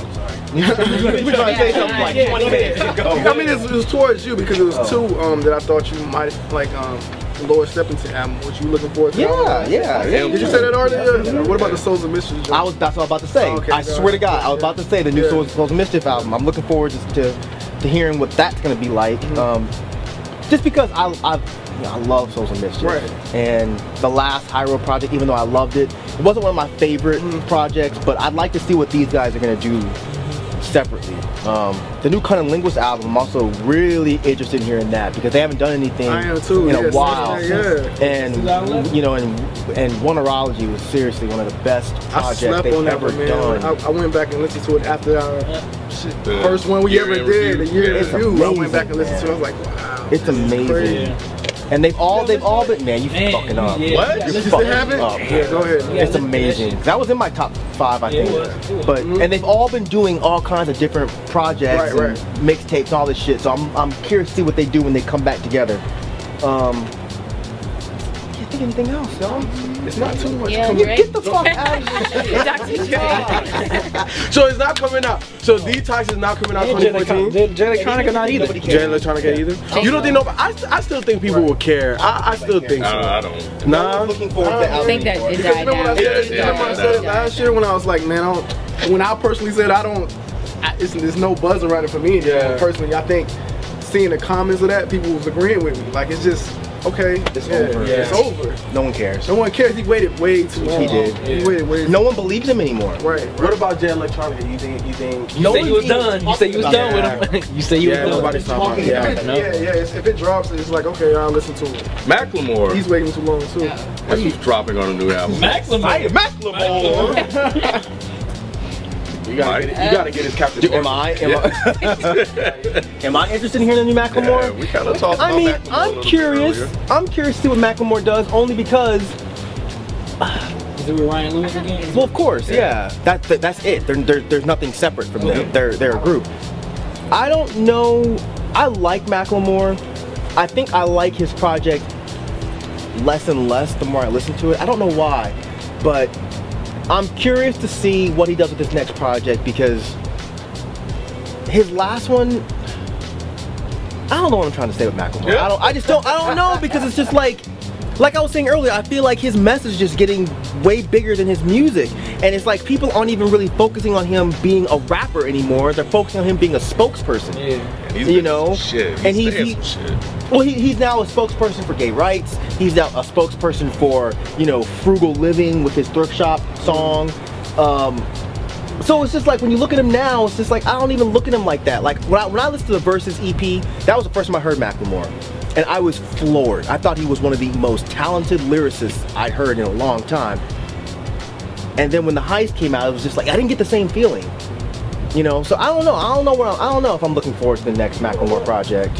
[SPEAKER 7] We trying to say something like 20 minutes
[SPEAKER 3] I
[SPEAKER 7] ago.
[SPEAKER 3] mean, it's, it was towards you because it was
[SPEAKER 7] Oh.
[SPEAKER 3] two um, that I thought you might like um, the Laura Stephenson album. What you looking forward to?
[SPEAKER 7] Yeah, yeah, yeah.
[SPEAKER 3] Did you say that already? Yeah. What about the Souls of Mystery?
[SPEAKER 7] I was that's what I was about to say.
[SPEAKER 3] Oh, okay.
[SPEAKER 7] I swear to God, I was about to say the new
[SPEAKER 3] Yeah.
[SPEAKER 7] Souls, Souls of Mischief album. I'm looking forward just to to hearing what that's gonna be like.
[SPEAKER 3] Mm-hmm.
[SPEAKER 7] Um, just because I I, you know, I love Souls of Mischief
[SPEAKER 3] Right.
[SPEAKER 7] and the last Hyrule project, even though I loved it, it wasn't one of my favorite
[SPEAKER 3] Mm-hmm.
[SPEAKER 7] projects. But I'd like to see what these guys are gonna do separately. Um, the new Cunning Linguist album, I'm also really interested in hearing that because they haven't done anything
[SPEAKER 3] I am too,
[SPEAKER 7] in
[SPEAKER 3] yes,
[SPEAKER 7] a while.
[SPEAKER 3] yeah.
[SPEAKER 7] And you know, and and Wonderology was seriously one of the best
[SPEAKER 3] I
[SPEAKER 7] project
[SPEAKER 3] slept
[SPEAKER 7] they've
[SPEAKER 3] on that
[SPEAKER 7] ever
[SPEAKER 3] one, man.
[SPEAKER 7] done.
[SPEAKER 3] I, I went back and listened to it after our shit,
[SPEAKER 4] The
[SPEAKER 3] first one we
[SPEAKER 4] year
[SPEAKER 3] ever
[SPEAKER 4] in
[SPEAKER 3] did,
[SPEAKER 4] review.
[SPEAKER 3] the year in
[SPEAKER 4] It's
[SPEAKER 3] review. I
[SPEAKER 7] amazing,
[SPEAKER 3] went back and listened to it. I
[SPEAKER 7] man.
[SPEAKER 3] was like, wow.
[SPEAKER 7] it's amazing. And they've all they've all been man, you
[SPEAKER 1] Man,
[SPEAKER 7] fucking up.
[SPEAKER 1] yeah. What?
[SPEAKER 7] You
[SPEAKER 1] You
[SPEAKER 3] You
[SPEAKER 1] still
[SPEAKER 7] fucking
[SPEAKER 3] still have it?
[SPEAKER 7] up.
[SPEAKER 3] yeah, go ahead.
[SPEAKER 7] It's amazing. That was in my top five, I
[SPEAKER 1] Yeah, it
[SPEAKER 7] think.
[SPEAKER 1] was. It was.
[SPEAKER 7] But and they've all been doing all kinds of different projects,
[SPEAKER 3] Right,
[SPEAKER 7] and mixtapes, all this shit. So I'm, I'm curious to see what they do when they come back together. Um, can't think of anything else, y'all.
[SPEAKER 3] It's not too much.
[SPEAKER 2] Yeah,
[SPEAKER 3] coming.
[SPEAKER 2] Drake.
[SPEAKER 7] Get the fuck out of here.
[SPEAKER 2] Dr. Dre.
[SPEAKER 5] So it's not coming out. So Detox is not coming out 2014.
[SPEAKER 1] Jellyconica not either.
[SPEAKER 5] Jay Electronica either. You don't think nobody? I, I still think people will care. I, I still think so.
[SPEAKER 4] I, I don't.
[SPEAKER 5] Nah.
[SPEAKER 7] looking forward to
[SPEAKER 2] I
[SPEAKER 7] album
[SPEAKER 2] think that it
[SPEAKER 3] Because
[SPEAKER 2] died
[SPEAKER 3] you know what I
[SPEAKER 2] down.
[SPEAKER 3] said,
[SPEAKER 4] Yeah, yeah,
[SPEAKER 3] remember what I
[SPEAKER 4] yeah,
[SPEAKER 3] said
[SPEAKER 4] yeah.
[SPEAKER 3] last year when I was like, man, I don't, when I personally said I don't, I, it's, there's no buzz around it for me anymore.
[SPEAKER 5] Yeah.
[SPEAKER 3] Personally, I think seeing the comments of that, people was agreeing with me. Like, it's just, okay,
[SPEAKER 7] It's
[SPEAKER 3] yeah,
[SPEAKER 7] over.
[SPEAKER 3] It's
[SPEAKER 5] Yeah.
[SPEAKER 3] over.
[SPEAKER 7] No one cares.
[SPEAKER 3] No one cares. He waited way too long.
[SPEAKER 7] did.
[SPEAKER 3] He waited way too
[SPEAKER 7] No one believes him anymore.
[SPEAKER 3] Right.
[SPEAKER 5] What about Jay Electronica? You think? You think?
[SPEAKER 1] You
[SPEAKER 7] No
[SPEAKER 1] said
[SPEAKER 7] one
[SPEAKER 1] you was
[SPEAKER 7] even
[SPEAKER 1] done. You
[SPEAKER 7] talks
[SPEAKER 1] said you was
[SPEAKER 7] about
[SPEAKER 1] done
[SPEAKER 5] that.
[SPEAKER 1] with him. You said you
[SPEAKER 5] Yeah,
[SPEAKER 1] was done.
[SPEAKER 5] nobody's talking about it.
[SPEAKER 3] If
[SPEAKER 5] Yeah.
[SPEAKER 3] it, yeah, yeah. it's- If it drops, it's like, okay, I'll listen to it.
[SPEAKER 4] Macklemore.
[SPEAKER 3] He's waiting too long, too.
[SPEAKER 4] That's who's dropping on a new album.
[SPEAKER 1] Maximum.
[SPEAKER 5] You gotta, get, you gotta get his captain.
[SPEAKER 7] Do- am I? Am, I, am I interested in hearing the new
[SPEAKER 4] Yeah,
[SPEAKER 7] Macklemore?
[SPEAKER 4] we kind of talked about
[SPEAKER 7] I mean,
[SPEAKER 4] Macklemore a little
[SPEAKER 7] I'm
[SPEAKER 4] bit
[SPEAKER 7] curious.
[SPEAKER 4] earlier.
[SPEAKER 7] I'm curious to see what Macklemore does, only because,
[SPEAKER 1] Is it with Ryan Lewis again?
[SPEAKER 7] well, of course, yeah. That, that that's it. They're, they're, there's nothing separate from them. They're they're a group. I don't know. I like Macklemore. I think I like his project less and less the more I listen to it. I don't know why, but I'm curious to see what he does with his next project because his last one. I don't know what I'm trying to say with Macklemore. I don't. I just don't. I don't know because it's just like, like I was saying earlier. I feel like his message is just getting way bigger than his music, and it's like people aren't even really focusing on him being a rapper anymore. They're focusing on him being a spokesperson.
[SPEAKER 1] Yeah.
[SPEAKER 4] And he's
[SPEAKER 7] you
[SPEAKER 4] been
[SPEAKER 7] know,
[SPEAKER 4] some shit.
[SPEAKER 7] and he's-
[SPEAKER 4] saying
[SPEAKER 7] he-
[SPEAKER 4] some shit.
[SPEAKER 7] Well, he, he's now a spokesperson for gay rights. He's now a spokesperson for you know frugal living with his thrift shop song. Um, so it's just like when you look at him now, it's just like I don't even look at him like that. Like when I, when I listened to the Versus EP, that was the first time I heard Macklemore, and I was floored. I thought he was one of the most talented lyricists I'd heard in a long time. And then when the heist came out, it was just like I didn't get the same feeling. You know, so I don't know. I don't know what I'm, I don't know if I'm looking forward to the next Macklemore project.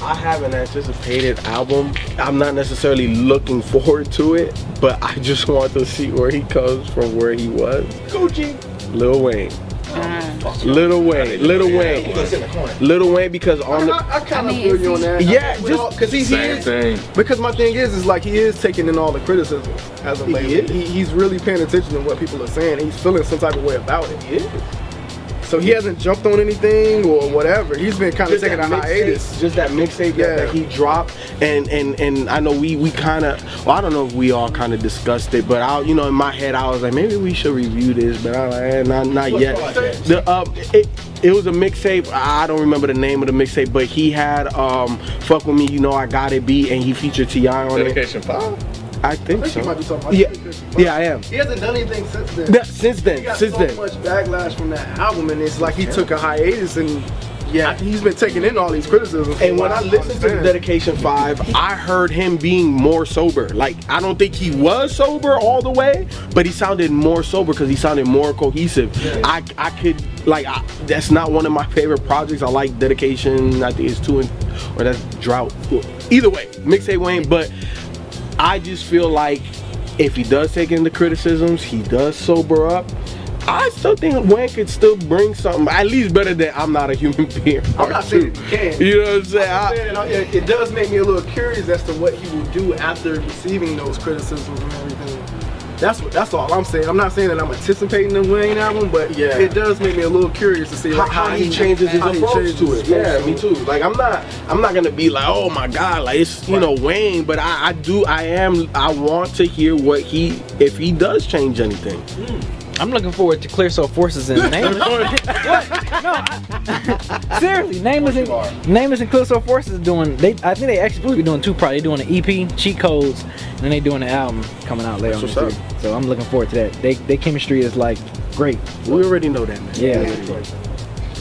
[SPEAKER 5] I have an anticipated album. I'm not necessarily looking forward to it, but I just want to see where he comes from where he was. Gucci. Lil Wayne.
[SPEAKER 2] Uh,
[SPEAKER 5] Little Wayne. Little Wayne. Little Wayne because on the
[SPEAKER 3] I, I kind of
[SPEAKER 2] mean,
[SPEAKER 3] feel
[SPEAKER 2] is
[SPEAKER 3] you on
[SPEAKER 2] he-
[SPEAKER 3] that.
[SPEAKER 5] Yeah,
[SPEAKER 3] We
[SPEAKER 5] just-
[SPEAKER 3] all- cause he's
[SPEAKER 4] Same
[SPEAKER 3] is-
[SPEAKER 4] thing.
[SPEAKER 3] Because my thing is, is like he is taking in all the criticism as of
[SPEAKER 5] He
[SPEAKER 3] late.
[SPEAKER 5] is.
[SPEAKER 3] He, he's really paying attention to what people are saying. He's feeling some type of way about it.
[SPEAKER 5] Yeah.
[SPEAKER 3] So he hasn't jumped on anything or whatever. He's been kind of
[SPEAKER 5] Just
[SPEAKER 3] taking a
[SPEAKER 5] that mixtape-
[SPEAKER 3] hiatus.
[SPEAKER 5] Just that mixtape
[SPEAKER 3] Yeah.
[SPEAKER 5] that, that he dropped, and and and I know we we kind of, well, I don't know if we all kind of discussed it, but I, you know, in my head I was like, maybe we should review this, but I like, eh, not not yet.
[SPEAKER 3] project?
[SPEAKER 5] The uh, it, it was a mixtape. I don't remember the name of the mixtape, but he had um, "Fuck with Me," you know, I got it beat, and he featured Ti on it.
[SPEAKER 4] Dedication five.
[SPEAKER 5] I think
[SPEAKER 3] I think he might
[SPEAKER 5] so.
[SPEAKER 3] be talking about
[SPEAKER 5] Yeah,
[SPEAKER 3] Dedication.
[SPEAKER 5] yeah, I am.
[SPEAKER 3] He hasn't done anything since then.
[SPEAKER 5] That, since
[SPEAKER 3] He
[SPEAKER 5] then,
[SPEAKER 3] got
[SPEAKER 5] since
[SPEAKER 3] so
[SPEAKER 5] then.
[SPEAKER 3] much backlash from that album, and it's like he took a hiatus, and yeah, he's been taking in all these criticisms.
[SPEAKER 5] And when I listened to the Dedication 5, I heard him being more sober. Like, I don't think he was sober all the way, but he sounded more sober because he sounded more cohesive. I, I could, like, I, that's not one of my favorite projects. I like Dedication, I think it's two and, or that's Drought. Either way, mixtape Wayne, but I just feel like if he does take in the criticisms, he does sober up. I still think Wayne could still bring something, at least better than I'm not a human being.
[SPEAKER 3] I'm not saying he can't.
[SPEAKER 5] You know what I'm saying?
[SPEAKER 3] I'm
[SPEAKER 5] I-
[SPEAKER 3] saying, uh, it, it does make me a little curious as to what he will do after receiving those criticisms and everything. That's what. That's all I'm saying. I'm not saying that I'm anticipating the Wayne album, but
[SPEAKER 5] Yeah.
[SPEAKER 3] it does make me a little curious to see
[SPEAKER 5] how,
[SPEAKER 3] like,
[SPEAKER 5] how he changes his
[SPEAKER 3] how he
[SPEAKER 5] approach
[SPEAKER 3] changes
[SPEAKER 5] to it.
[SPEAKER 3] his
[SPEAKER 5] Yeah,
[SPEAKER 3] approach
[SPEAKER 5] me
[SPEAKER 3] to
[SPEAKER 5] too. Like I'm not, I'm not gonna be like, oh my god, like it's you know Wayne, but I, I do, I am, I want to hear what he, if he does change anything.
[SPEAKER 1] I'm looking forward to Clear Soul Forces and Nameless. what? No, I- seriously, Nameless and Nameless and Clear Soul Forces are doing. They, I think they actually supposed to be doing two. Probably they're doing an EP, Cheat Codes, and then they doing an album coming out later
[SPEAKER 5] That's
[SPEAKER 1] on.
[SPEAKER 5] what's
[SPEAKER 1] this year. So I'm looking forward to that. They, they chemistry is like great.
[SPEAKER 5] We already know that, man.
[SPEAKER 1] Yeah.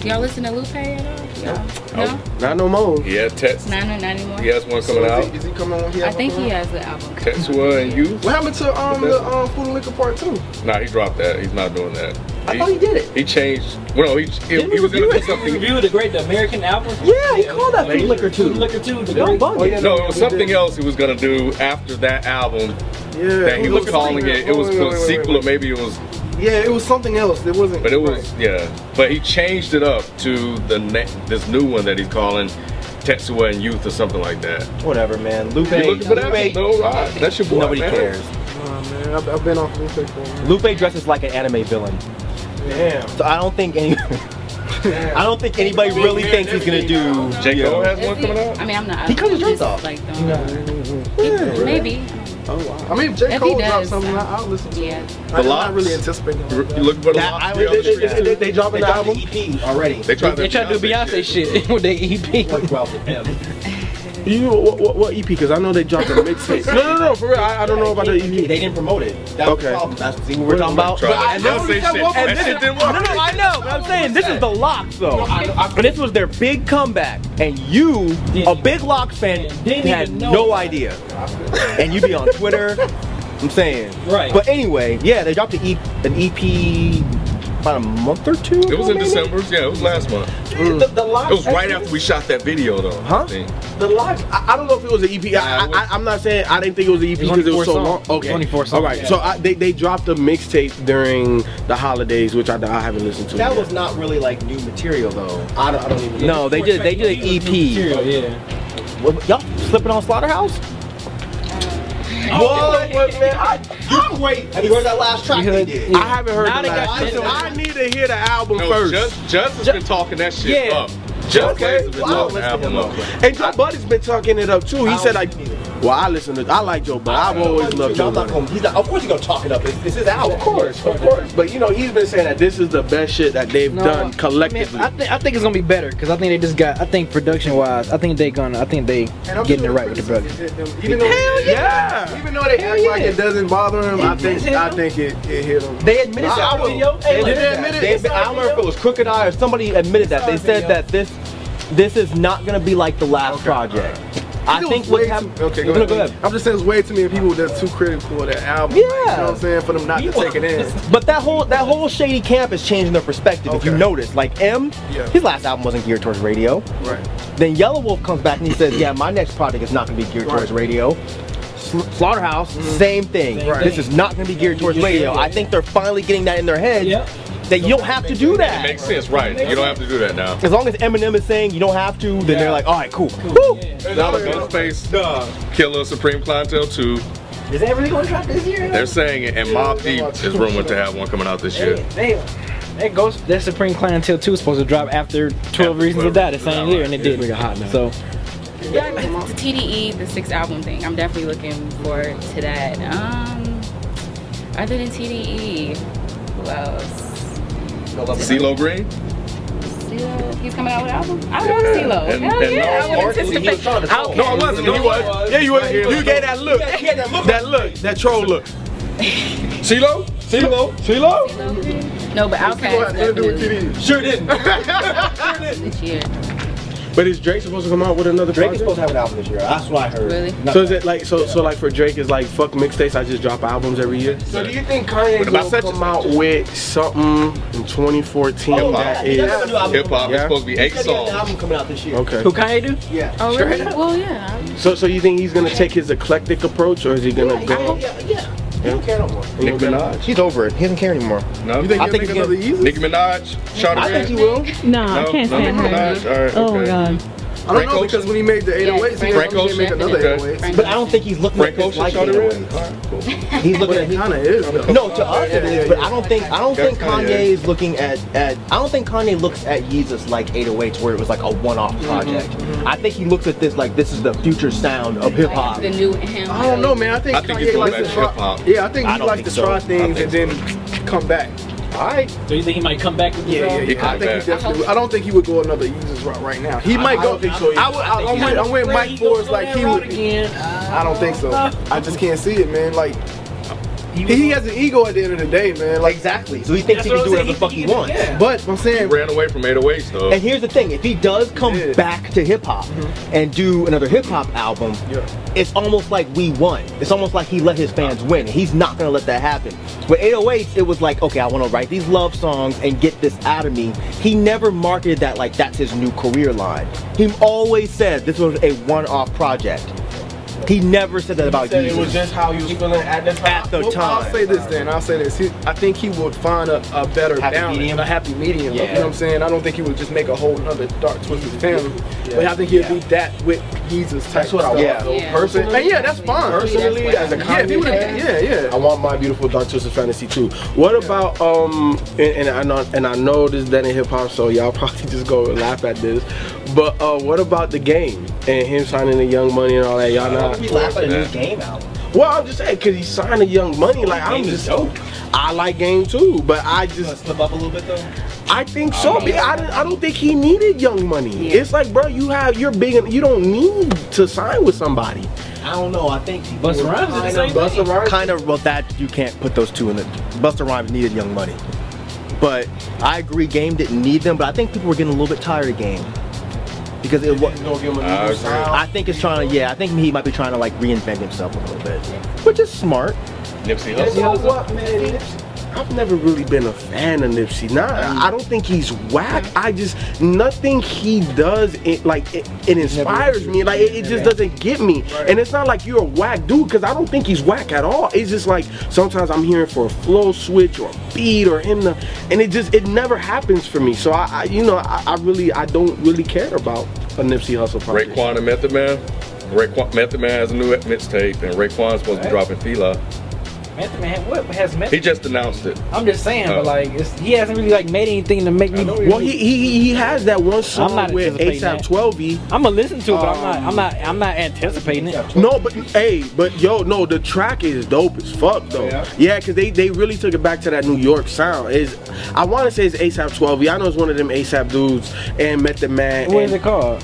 [SPEAKER 2] Do y'all listen to Lupe at all? Y'all? No?
[SPEAKER 5] Not no more.
[SPEAKER 4] He has Tet.
[SPEAKER 2] Not, no, not anymore?
[SPEAKER 4] He has one coming
[SPEAKER 3] it.
[SPEAKER 4] out.
[SPEAKER 3] Is he, is he coming on here?
[SPEAKER 2] I think he has the album.
[SPEAKER 4] Tetsuo and you.
[SPEAKER 3] What happened to um the um, Food and Liquor Part Two?
[SPEAKER 4] Nah, he dropped that. He's not doing that.
[SPEAKER 3] I thought he did it.
[SPEAKER 4] He changed. Well, he, he, he was gonna do something.
[SPEAKER 8] Review the great the American album.
[SPEAKER 7] Yeah, he called that Food Liquor
[SPEAKER 8] Food
[SPEAKER 7] 2.
[SPEAKER 8] Liquor 2. The
[SPEAKER 7] Don't
[SPEAKER 8] great.
[SPEAKER 7] bug it.
[SPEAKER 4] No, it was something else he was gonna do after that album
[SPEAKER 3] Yeah,
[SPEAKER 4] that he
[SPEAKER 3] it
[SPEAKER 4] was calling
[SPEAKER 3] something
[SPEAKER 4] it. It
[SPEAKER 3] else.
[SPEAKER 4] was
[SPEAKER 3] Wait,
[SPEAKER 4] a
[SPEAKER 3] wait, wait, wait,
[SPEAKER 4] sequel, or
[SPEAKER 3] wait.
[SPEAKER 4] maybe it was
[SPEAKER 3] Yeah, it was something else. It wasn't.
[SPEAKER 4] But it was
[SPEAKER 3] right.
[SPEAKER 4] yeah. But he changed it up to the ne- this new one that he's calling Tetsuo and Youth or something like that.
[SPEAKER 7] Whatever, man. Lupe.
[SPEAKER 4] You looking for that?
[SPEAKER 7] Lupe.
[SPEAKER 4] No, right. That's your boy.
[SPEAKER 7] Nobody
[SPEAKER 4] man.
[SPEAKER 7] cares.
[SPEAKER 3] Nah, man, I've, I've been off Food and Liquor. for a minute.
[SPEAKER 7] Lupe dresses like an anime villain.
[SPEAKER 5] Damn.
[SPEAKER 7] So I don't think any. I don't think anybody really thinks he's gonna do.
[SPEAKER 4] J. Cole has
[SPEAKER 2] Is
[SPEAKER 4] one
[SPEAKER 2] he-
[SPEAKER 4] coming out.
[SPEAKER 2] I mean, I'm not.
[SPEAKER 7] He cut his
[SPEAKER 2] I'm
[SPEAKER 7] dreads
[SPEAKER 2] just,
[SPEAKER 7] off.
[SPEAKER 2] Like, don't- He- Maybe.
[SPEAKER 3] I mean, if J
[SPEAKER 2] he
[SPEAKER 3] Cole
[SPEAKER 2] does,
[SPEAKER 3] drops something, I- I'll listen to
[SPEAKER 2] Yeah.
[SPEAKER 3] it.
[SPEAKER 4] Lox.
[SPEAKER 3] I'm not really anticipating.
[SPEAKER 4] You
[SPEAKER 3] it.
[SPEAKER 4] looking for the
[SPEAKER 7] That-
[SPEAKER 4] lock
[SPEAKER 7] I
[SPEAKER 4] to be on
[SPEAKER 7] would-
[SPEAKER 4] the street?
[SPEAKER 7] they- they- they dropping
[SPEAKER 5] They
[SPEAKER 7] the
[SPEAKER 5] dropped
[SPEAKER 7] album EP already.
[SPEAKER 4] They tried to
[SPEAKER 1] They tried to do Beyonce shit with their E EP.
[SPEAKER 7] Worked well for him.
[SPEAKER 5] You know what, what, what EP? Because I know they dropped a mixtape. no, no, no, for real. I, I don't know about the E
[SPEAKER 7] They
[SPEAKER 5] EP.
[SPEAKER 7] didn't promote it. That was
[SPEAKER 5] Okay.
[SPEAKER 7] the problem. That's see what we're talking about.
[SPEAKER 4] Tried
[SPEAKER 7] I
[SPEAKER 4] to
[SPEAKER 7] know
[SPEAKER 4] Beyonce shit.
[SPEAKER 7] and
[SPEAKER 4] That
[SPEAKER 7] this
[SPEAKER 4] shit
[SPEAKER 7] is-
[SPEAKER 4] didn't
[SPEAKER 7] No,
[SPEAKER 4] work.
[SPEAKER 7] no, no, I know. But I'm saying this is the locks though. But this was their big comeback, and you, a big locks fan,
[SPEAKER 8] Didn't
[SPEAKER 7] had
[SPEAKER 8] even know
[SPEAKER 7] no
[SPEAKER 8] about it.
[SPEAKER 7] idea. And you be on Twitter. I'm saying.
[SPEAKER 8] Right.
[SPEAKER 7] But anyway, yeah, they dropped an EP, an EP about a month or two.
[SPEAKER 4] It
[SPEAKER 7] ago,
[SPEAKER 4] was in
[SPEAKER 7] maybe?
[SPEAKER 4] December. Yeah, it was last month.
[SPEAKER 7] Oh,
[SPEAKER 5] The, the Lox-
[SPEAKER 4] It was right after we shot that video, though. I
[SPEAKER 5] Huh?
[SPEAKER 4] think.
[SPEAKER 5] The lock. I, I don't know if it was an EP.
[SPEAKER 4] Nah,
[SPEAKER 5] I,
[SPEAKER 4] it was-
[SPEAKER 5] I, I'm not saying I didn't think it was an EP
[SPEAKER 1] It was
[SPEAKER 5] because it was so
[SPEAKER 1] only four
[SPEAKER 5] long.
[SPEAKER 1] songs.
[SPEAKER 5] Okay.
[SPEAKER 1] It was only four
[SPEAKER 5] All
[SPEAKER 1] songs.
[SPEAKER 5] right. So I, they they dropped a mixtape during the holidays, which I, I haven't listened to.
[SPEAKER 7] That
[SPEAKER 5] yet.
[SPEAKER 7] was not really like new material though. I don't, I don't even.
[SPEAKER 1] No, they did. They did E an EP.
[SPEAKER 8] Material, yeah.
[SPEAKER 7] What- Y'all slipping on Slaughterhouse?
[SPEAKER 4] Oh,
[SPEAKER 5] Whoa, what, man, I,
[SPEAKER 7] You're great. Have you heard that last track they did?
[SPEAKER 5] I haven't heard
[SPEAKER 1] Now
[SPEAKER 5] the
[SPEAKER 1] they got
[SPEAKER 5] last-
[SPEAKER 1] shit
[SPEAKER 5] Listen,
[SPEAKER 1] on.
[SPEAKER 5] I need to hear the album
[SPEAKER 4] No,
[SPEAKER 5] first.
[SPEAKER 4] Just Just has been talking that shit
[SPEAKER 1] Yeah.
[SPEAKER 4] up. Just
[SPEAKER 5] Okay,
[SPEAKER 4] has been
[SPEAKER 5] well,
[SPEAKER 4] talking the
[SPEAKER 7] I'll listen
[SPEAKER 4] album
[SPEAKER 7] to
[SPEAKER 4] up.
[SPEAKER 7] him.
[SPEAKER 5] and Joe Buddy's been talking it up too. He
[SPEAKER 7] I
[SPEAKER 5] said like,
[SPEAKER 7] don't listen either.
[SPEAKER 5] well, I listen to. I like Joe, but I've always loved Joe.
[SPEAKER 7] I'm not
[SPEAKER 5] Budden.
[SPEAKER 7] gonna, he's not, of course he's gonna talk it up. It's, it's his album.
[SPEAKER 5] Of course, of course. But you know, he's been saying that this is the best shit that they've
[SPEAKER 1] No,
[SPEAKER 5] done collectively.
[SPEAKER 1] I, mean, I, thi- I think it's gonna be better because I think they just got. I think production wise, I think they gonna. I think they
[SPEAKER 3] And I'm
[SPEAKER 1] getting it
[SPEAKER 3] sure
[SPEAKER 1] right with the brother.
[SPEAKER 3] criticism hit him. Even though,
[SPEAKER 5] yeah.
[SPEAKER 3] even though they act like it doesn't bother him, I think I think it, it hit him.
[SPEAKER 7] They admitted
[SPEAKER 5] I- I
[SPEAKER 7] that.
[SPEAKER 5] will-
[SPEAKER 7] They
[SPEAKER 5] Did
[SPEAKER 7] admitted
[SPEAKER 5] they
[SPEAKER 7] that.
[SPEAKER 5] admit it?
[SPEAKER 7] They
[SPEAKER 5] It's
[SPEAKER 7] admit- I don't
[SPEAKER 5] not
[SPEAKER 7] remember if it was Crooked Eye or somebody admitted that. They said that this this is not gonna be like the last project. I
[SPEAKER 3] It
[SPEAKER 7] think
[SPEAKER 3] was
[SPEAKER 7] what
[SPEAKER 3] way
[SPEAKER 7] happened.
[SPEAKER 3] too, okay, go
[SPEAKER 7] No,
[SPEAKER 3] ahead.
[SPEAKER 7] go ahead.
[SPEAKER 3] I'm just saying it's way too many people that's too critical of that album.
[SPEAKER 7] Yeah.
[SPEAKER 3] Like, you know what I'm saying for them not to take it in.
[SPEAKER 7] But that whole that whole shady camp is changing their perspective. If you
[SPEAKER 3] Okay.
[SPEAKER 7] notice, like M,
[SPEAKER 3] Yeah.
[SPEAKER 7] his last album wasn't geared towards radio.
[SPEAKER 3] Right.
[SPEAKER 7] Then Yellow Wolf comes back and he says, "Yeah, my next project is not going to be geared
[SPEAKER 3] Right. Mm-hmm.
[SPEAKER 7] towards radio." Sl- Slaughterhouse, same thing.
[SPEAKER 3] Right.
[SPEAKER 7] This is not going to be geared towards
[SPEAKER 8] Yeah, yeah,
[SPEAKER 7] radio.
[SPEAKER 8] yeah,
[SPEAKER 7] I think they're finally getting that in their heads
[SPEAKER 8] Yep.
[SPEAKER 7] that you don't have to do
[SPEAKER 4] It
[SPEAKER 7] that.
[SPEAKER 4] makes sense, right? You don't have to do that now.
[SPEAKER 7] As long as Eminem is saying you don't have to, then they're like, "All right, cool." Woo!
[SPEAKER 4] Now the Ghostface, Killer, Supreme Clientele 2.
[SPEAKER 7] Is everything going to drop this year?
[SPEAKER 4] They're saying it, and Mob Deep is rumored to have one coming out this year.
[SPEAKER 1] that Ghost, that Supreme Clientele 2 is supposed to drop after 12
[SPEAKER 4] After
[SPEAKER 1] Reasons to
[SPEAKER 4] 12
[SPEAKER 1] Die the same
[SPEAKER 4] Yeah,
[SPEAKER 1] year, and it
[SPEAKER 4] yeah.
[SPEAKER 1] didn't. So,
[SPEAKER 2] Yeah, the TDE, the six album thing. I'm definitely looking forward to that. Um, other than TDE, who else?
[SPEAKER 4] CeeLo Green?
[SPEAKER 2] CeeLo, he's coming out with an album. I love CeeLo.
[SPEAKER 4] And-
[SPEAKER 2] Hell
[SPEAKER 4] and
[SPEAKER 2] yeah,
[SPEAKER 4] Gnarls
[SPEAKER 2] I would
[SPEAKER 4] Barkley,
[SPEAKER 2] anticipate.
[SPEAKER 4] he was
[SPEAKER 5] trying to talk.
[SPEAKER 2] Okay.
[SPEAKER 4] No, I wasn't. No, he was.
[SPEAKER 5] Yeah, you was.
[SPEAKER 4] He was.
[SPEAKER 5] You gave that look. That look. That troll look. CeeLo? CeeLo? CeeLo?
[SPEAKER 2] No, but
[SPEAKER 3] What
[SPEAKER 2] Outkast
[SPEAKER 3] to do with
[SPEAKER 2] definitely
[SPEAKER 3] TDs?
[SPEAKER 5] Sure didn't.
[SPEAKER 2] this year.
[SPEAKER 5] But is Drake supposed to come out with another
[SPEAKER 7] Drake is
[SPEAKER 5] project?
[SPEAKER 7] supposed to have an album this year. That's what I heard.
[SPEAKER 2] Really?
[SPEAKER 7] Not-
[SPEAKER 5] So is it like so so like for Drake is like fuck mixtapes I just drop albums every year. So do you think Kanye
[SPEAKER 4] What about
[SPEAKER 5] will
[SPEAKER 4] such
[SPEAKER 5] come
[SPEAKER 4] and
[SPEAKER 5] out with something in 2014
[SPEAKER 7] Oh,
[SPEAKER 5] that
[SPEAKER 7] yeah.
[SPEAKER 5] is
[SPEAKER 7] That's a new album.
[SPEAKER 4] Hip hop is
[SPEAKER 5] Yeah.
[SPEAKER 4] supposed to be
[SPEAKER 7] He
[SPEAKER 4] eight
[SPEAKER 7] said he had an
[SPEAKER 4] songs.
[SPEAKER 7] album coming out this year.
[SPEAKER 5] okay?
[SPEAKER 1] who Kanye do?
[SPEAKER 7] Yeah.
[SPEAKER 2] Oh,
[SPEAKER 5] Sure.
[SPEAKER 2] really? Well, yeah. I-
[SPEAKER 5] So so you think he's gonna take his eclectic approach or is he gonna
[SPEAKER 7] I
[SPEAKER 5] go?
[SPEAKER 7] hope- yeah, yeah. He don't care no more.
[SPEAKER 4] Nicki Minaj.
[SPEAKER 7] She's over it. He doesn't care anymore.
[SPEAKER 4] No,
[SPEAKER 3] You think
[SPEAKER 7] I
[SPEAKER 3] he'll
[SPEAKER 7] think he's
[SPEAKER 3] make another Yeezus?
[SPEAKER 4] Nicki Minaj? Shawty
[SPEAKER 7] I think
[SPEAKER 4] Red?
[SPEAKER 7] he will.
[SPEAKER 8] No, I
[SPEAKER 4] No,
[SPEAKER 8] can't
[SPEAKER 4] no Nicki
[SPEAKER 8] stand her.
[SPEAKER 4] Minaj. All right,
[SPEAKER 8] Oh
[SPEAKER 4] okay.
[SPEAKER 8] god.
[SPEAKER 3] I don't
[SPEAKER 4] Frank
[SPEAKER 3] know
[SPEAKER 4] Ocean?
[SPEAKER 3] because when he made the 808s, he
[SPEAKER 2] Yeah,
[SPEAKER 3] was
[SPEAKER 4] Frank
[SPEAKER 3] going to
[SPEAKER 4] Ocean?
[SPEAKER 3] make another
[SPEAKER 4] Okay.
[SPEAKER 3] 808s.
[SPEAKER 2] Frank
[SPEAKER 7] But I don't
[SPEAKER 2] Ocean.
[SPEAKER 7] think he's looking
[SPEAKER 4] Frank
[SPEAKER 7] at this
[SPEAKER 4] Ocean,
[SPEAKER 7] like
[SPEAKER 4] Shawty
[SPEAKER 7] it.
[SPEAKER 4] Red? All right, cool.
[SPEAKER 7] He's
[SPEAKER 3] But
[SPEAKER 7] looking at
[SPEAKER 3] it
[SPEAKER 7] him.
[SPEAKER 3] kind of is.
[SPEAKER 7] No, to us it is, but I don't think I don't
[SPEAKER 4] That's
[SPEAKER 7] think Kanye
[SPEAKER 4] Kanye.
[SPEAKER 7] is looking at, at I don't think Kanye looks at Yeezus like 808s where it was like a one-off project. I think he looks at this like this is the future sound of hip hop.
[SPEAKER 2] The new him.
[SPEAKER 3] I don't know, man. I think,
[SPEAKER 4] I think
[SPEAKER 3] Kanye
[SPEAKER 4] he's going
[SPEAKER 3] likes
[SPEAKER 4] back
[SPEAKER 3] to
[SPEAKER 4] to
[SPEAKER 3] try-
[SPEAKER 4] hip-hop.
[SPEAKER 3] Yeah, I think
[SPEAKER 7] I
[SPEAKER 3] he
[SPEAKER 7] don't
[SPEAKER 3] likes
[SPEAKER 7] think
[SPEAKER 3] to
[SPEAKER 7] so.
[SPEAKER 3] try
[SPEAKER 7] I
[SPEAKER 3] things
[SPEAKER 4] think
[SPEAKER 3] and then come back.
[SPEAKER 7] All right.
[SPEAKER 1] So you think he might come back with this uh,
[SPEAKER 3] Yeah, yeah,
[SPEAKER 1] album?
[SPEAKER 4] He
[SPEAKER 3] yeah. I
[SPEAKER 4] coming
[SPEAKER 3] think
[SPEAKER 4] back.
[SPEAKER 3] he definitely. would. I don't think he would go another Yeezus route right now. He might
[SPEAKER 5] I
[SPEAKER 3] go.
[SPEAKER 5] don't think so either.
[SPEAKER 3] I would, I, am with, I'm with Mike Ford's like he would.
[SPEAKER 1] Uh,
[SPEAKER 3] I don't think so. I just can't see it, man. Like he, he has an ego at the end of the day, man. Like
[SPEAKER 7] Exactly. So he thinks he
[SPEAKER 1] That's what
[SPEAKER 7] can do whatever
[SPEAKER 1] I'm saying.
[SPEAKER 7] the
[SPEAKER 1] He
[SPEAKER 7] fuck
[SPEAKER 1] can
[SPEAKER 7] he
[SPEAKER 1] do-
[SPEAKER 7] wants.
[SPEAKER 1] yeah.
[SPEAKER 3] But I'm
[SPEAKER 4] He
[SPEAKER 3] saying,
[SPEAKER 4] ran away from 808s, though.
[SPEAKER 7] And here's the thing, if he does come
[SPEAKER 3] Yeah.
[SPEAKER 7] back to hip hop and do another hip hop album, it's almost like we won. It's almost like he let his fans win. He's not gonna let that happen. With 808s, it was like, okay, I wanna write these love songs and get this out of me. He never marketed that like that's his new career line. He always said this was a one-off project. He never said that about
[SPEAKER 5] Said it was
[SPEAKER 7] Yeezus.
[SPEAKER 5] just how you was feeling at the time.
[SPEAKER 7] At the
[SPEAKER 3] well,
[SPEAKER 7] time.
[SPEAKER 3] I'll say this then. I'll say this. He, I think he would find a, a better
[SPEAKER 7] Happy
[SPEAKER 3] balance,
[SPEAKER 7] medium?
[SPEAKER 3] a happy medium. You
[SPEAKER 7] Yeah.
[SPEAKER 3] know what I'm saying? I don't think he would just make a whole other dark twisted family. But I think he'd be that with Yeezus type.
[SPEAKER 5] That's what I
[SPEAKER 3] stuff.
[SPEAKER 5] want.
[SPEAKER 7] Yeah.
[SPEAKER 5] though.
[SPEAKER 2] Yeah.
[SPEAKER 5] Personally,
[SPEAKER 3] And yeah, that's fine.
[SPEAKER 5] personally as a
[SPEAKER 3] Yeah, if he
[SPEAKER 5] Kanye
[SPEAKER 3] would
[SPEAKER 5] fan,
[SPEAKER 3] have, yeah,
[SPEAKER 5] I
[SPEAKER 3] yeah.
[SPEAKER 5] want my beautiful dark twisted fantasy too. What about um? And, and I know and I know this is dead in hip hop, so y'all probably just go and laugh at this. But uh, what about the game and him signing the Young Money and all that? Y'all not.
[SPEAKER 7] We laugh at a new
[SPEAKER 4] Yeah.
[SPEAKER 7] game album.
[SPEAKER 5] Well, I'm just saying because he signed the Young Money. Like I'm
[SPEAKER 7] Game is
[SPEAKER 5] just.
[SPEAKER 7] dope.
[SPEAKER 5] I like game too, but I just
[SPEAKER 7] Slip up a little bit though.
[SPEAKER 5] I think so. but I, don't- I don't think he needed Young Money.
[SPEAKER 2] Yeah.
[SPEAKER 5] It's like, bro, you have you're big. en- You don't need to sign with somebody.
[SPEAKER 7] I don't know. I think
[SPEAKER 1] Busta Rhymes did the same thing.
[SPEAKER 5] Busta Rhymes.
[SPEAKER 7] Kind of, well, that you can't put those two in the. Buster Rhymes needed Young Money, but I agree, Game didn't need them. But I think people were getting a little bit tired of Game because it was.
[SPEAKER 5] Don't give him a
[SPEAKER 4] I
[SPEAKER 7] Uh,
[SPEAKER 5] legal
[SPEAKER 4] agree.
[SPEAKER 5] sound.
[SPEAKER 7] I think it's trying to, yeah. I think he might be trying to like reinvent himself a little bit, which is smart.
[SPEAKER 4] Nipsey
[SPEAKER 5] And you know
[SPEAKER 4] Hussle.
[SPEAKER 5] what, man? Nipsey- I've never really been a fan of Nipsey. Not, I don't think he's whack. I just nothing he does it like it, it inspires me. Like it, it just doesn't get me. And it's not like you're a whack dude because I don't think he's whack at all. It's just like sometimes I'm hearing for a flow switch or a beat or him to, and it just it never happens for me. So I, I you know, I, I really I don't really care about a Nipsey Hustle project.
[SPEAKER 4] Raekwon and Method Man. Raekwon, Method Man has a new mixtape, and Raekwon's supposed to be dropping Fila.
[SPEAKER 1] Method Man, what has Method?
[SPEAKER 4] He just announced it.
[SPEAKER 1] I'm just saying,
[SPEAKER 4] Oh.
[SPEAKER 1] but like, it's, he hasn't really like made anything to make me.
[SPEAKER 5] Well, he, he he has that one song
[SPEAKER 1] not
[SPEAKER 5] with E.
[SPEAKER 1] anticipating
[SPEAKER 5] ASAP
[SPEAKER 1] that.
[SPEAKER 5] 12e.
[SPEAKER 1] I'm gonna listen to it, but I'm not. I'm not. I'm not anticipating
[SPEAKER 3] Oh,
[SPEAKER 1] it.
[SPEAKER 5] No, but hey, but yo, no, the track is dope as fuck though.
[SPEAKER 3] yeah?
[SPEAKER 5] yeah? cause they they really took it back to that New York sound. Is I want to say it's ASAP 12. Y'all know it's one of them ASAP dudes and Method Man.
[SPEAKER 1] What
[SPEAKER 5] and
[SPEAKER 1] is it called?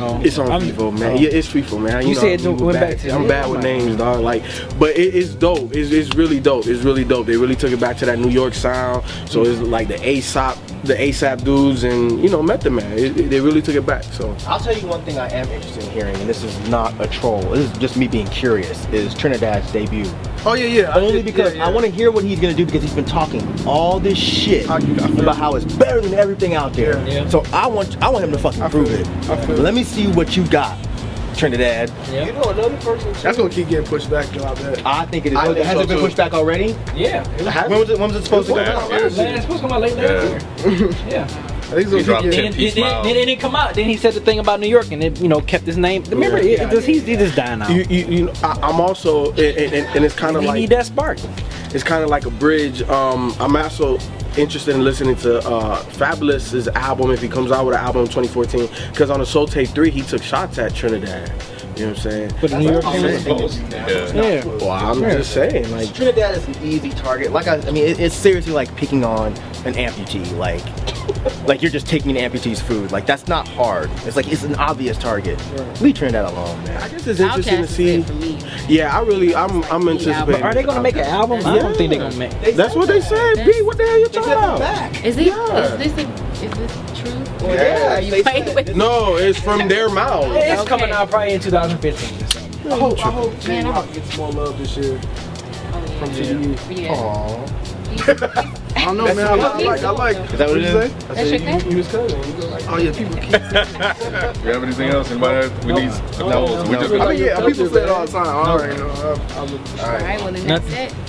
[SPEAKER 5] It's on
[SPEAKER 1] I'm-
[SPEAKER 5] people, man.
[SPEAKER 1] oh.
[SPEAKER 5] Yeah, it's people, man. You,
[SPEAKER 1] You
[SPEAKER 5] know
[SPEAKER 1] said
[SPEAKER 5] I'm
[SPEAKER 1] it went
[SPEAKER 5] bad.
[SPEAKER 1] back to-
[SPEAKER 5] I'm
[SPEAKER 1] yeah,
[SPEAKER 5] bad with
[SPEAKER 1] I'm
[SPEAKER 5] names, dog. Like, but it, it's dope. It's, it's really dope. It's really dope. They really took it back to that New York sound. So it's like the ASAP, the ASAP dudes, and you know Method Man. It, it- they really took it back. So
[SPEAKER 7] I'll tell you one thing I am interested in hearing, and this is not a troll. This is just me being curious. Is Trinidad's debut?
[SPEAKER 3] Oh yeah, yeah. I
[SPEAKER 7] Only
[SPEAKER 3] did-
[SPEAKER 7] because
[SPEAKER 3] yeah, yeah.
[SPEAKER 7] I want to hear what he's gonna do because he's been talking all this shit
[SPEAKER 3] I- I feel
[SPEAKER 7] about how it's better than everything out there.
[SPEAKER 1] Yeah. Yeah.
[SPEAKER 7] So I want I want him to fucking
[SPEAKER 3] I feel
[SPEAKER 7] prove it.
[SPEAKER 3] it. I feel it.
[SPEAKER 7] Let me see what you got, Trinidad.
[SPEAKER 1] Yeah.
[SPEAKER 5] know another person.
[SPEAKER 3] That's gonna keep getting pushed back though. I bet.
[SPEAKER 7] I think it is.
[SPEAKER 5] I
[SPEAKER 7] has
[SPEAKER 5] think so,
[SPEAKER 7] it been
[SPEAKER 5] too.
[SPEAKER 7] pushed back already?
[SPEAKER 1] Yeah.
[SPEAKER 7] When was it? When was it supposed to go?
[SPEAKER 4] Last
[SPEAKER 7] out?
[SPEAKER 4] year.
[SPEAKER 1] Man, it's supposed to come out late last year. Yeah.
[SPEAKER 3] I think
[SPEAKER 4] He
[SPEAKER 3] it's gonna
[SPEAKER 4] dropped
[SPEAKER 3] keep getting.
[SPEAKER 1] Then,
[SPEAKER 4] it.
[SPEAKER 1] then,
[SPEAKER 4] Peace
[SPEAKER 1] then, then it didn't come out. Then he said the thing about New York, and it you know kept his name. Remember,
[SPEAKER 5] Yeah.
[SPEAKER 1] it, it just, he's he just dying out.
[SPEAKER 5] You, you, you know, I, I'm also, and, and, and it's kind of
[SPEAKER 1] he
[SPEAKER 5] like
[SPEAKER 1] need that spark.
[SPEAKER 5] it's kind of like a bridge. Um, I'm also interested in listening to uh, Fabulous's album if he comes out with an album in 2014. Because on the Soul Tape 3, he took shots at Trinidad. You know what I'm saying?
[SPEAKER 1] But the New York Yankees-
[SPEAKER 4] Yeah.
[SPEAKER 1] yeah.
[SPEAKER 5] Well, I'm just saying, like,
[SPEAKER 7] Trinidad is an easy target. Like I, I mean, it, it's seriously like picking on an amputee. Like, like you're just taking an amputee's food. Like that's not hard. It's like it's an obvious target. Leave Trinidad alone, man.
[SPEAKER 5] I guess it's interesting to
[SPEAKER 2] Outkast is
[SPEAKER 5] see.
[SPEAKER 2] it for me.
[SPEAKER 5] Yeah, I really, I'm, I'm anticipating.
[SPEAKER 1] Are they gonna make an album? I
[SPEAKER 5] Yeah.
[SPEAKER 1] don't think they're gonna make.
[SPEAKER 5] That's what they said. B, what the hell you talking about?
[SPEAKER 2] Is it? Is this a, is this true? Or
[SPEAKER 5] Yeah,
[SPEAKER 2] are you playing with?
[SPEAKER 5] No, it's from their mouth.
[SPEAKER 1] It's
[SPEAKER 2] Okay.
[SPEAKER 1] coming out probably in 2015. or something.
[SPEAKER 3] I hope, I hope
[SPEAKER 2] Man, I-
[SPEAKER 3] J-Rock gets more love this year
[SPEAKER 2] Oh, yeah.
[SPEAKER 3] from TDE.
[SPEAKER 2] Yeah.
[SPEAKER 3] I don't know, man. I, I like, I like.
[SPEAKER 7] Is that what it
[SPEAKER 3] What'd
[SPEAKER 7] is?
[SPEAKER 3] you say?
[SPEAKER 2] That's your thing.
[SPEAKER 3] You was cousin. You was like, oh yeah, people keep.
[SPEAKER 4] We have anything else? Anybody? We need the goals. We just
[SPEAKER 3] I mean, yeah, people say it all the time. I already know. I- I would-
[SPEAKER 2] All right. Well, the next set.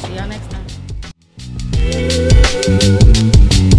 [SPEAKER 2] See y'all next time.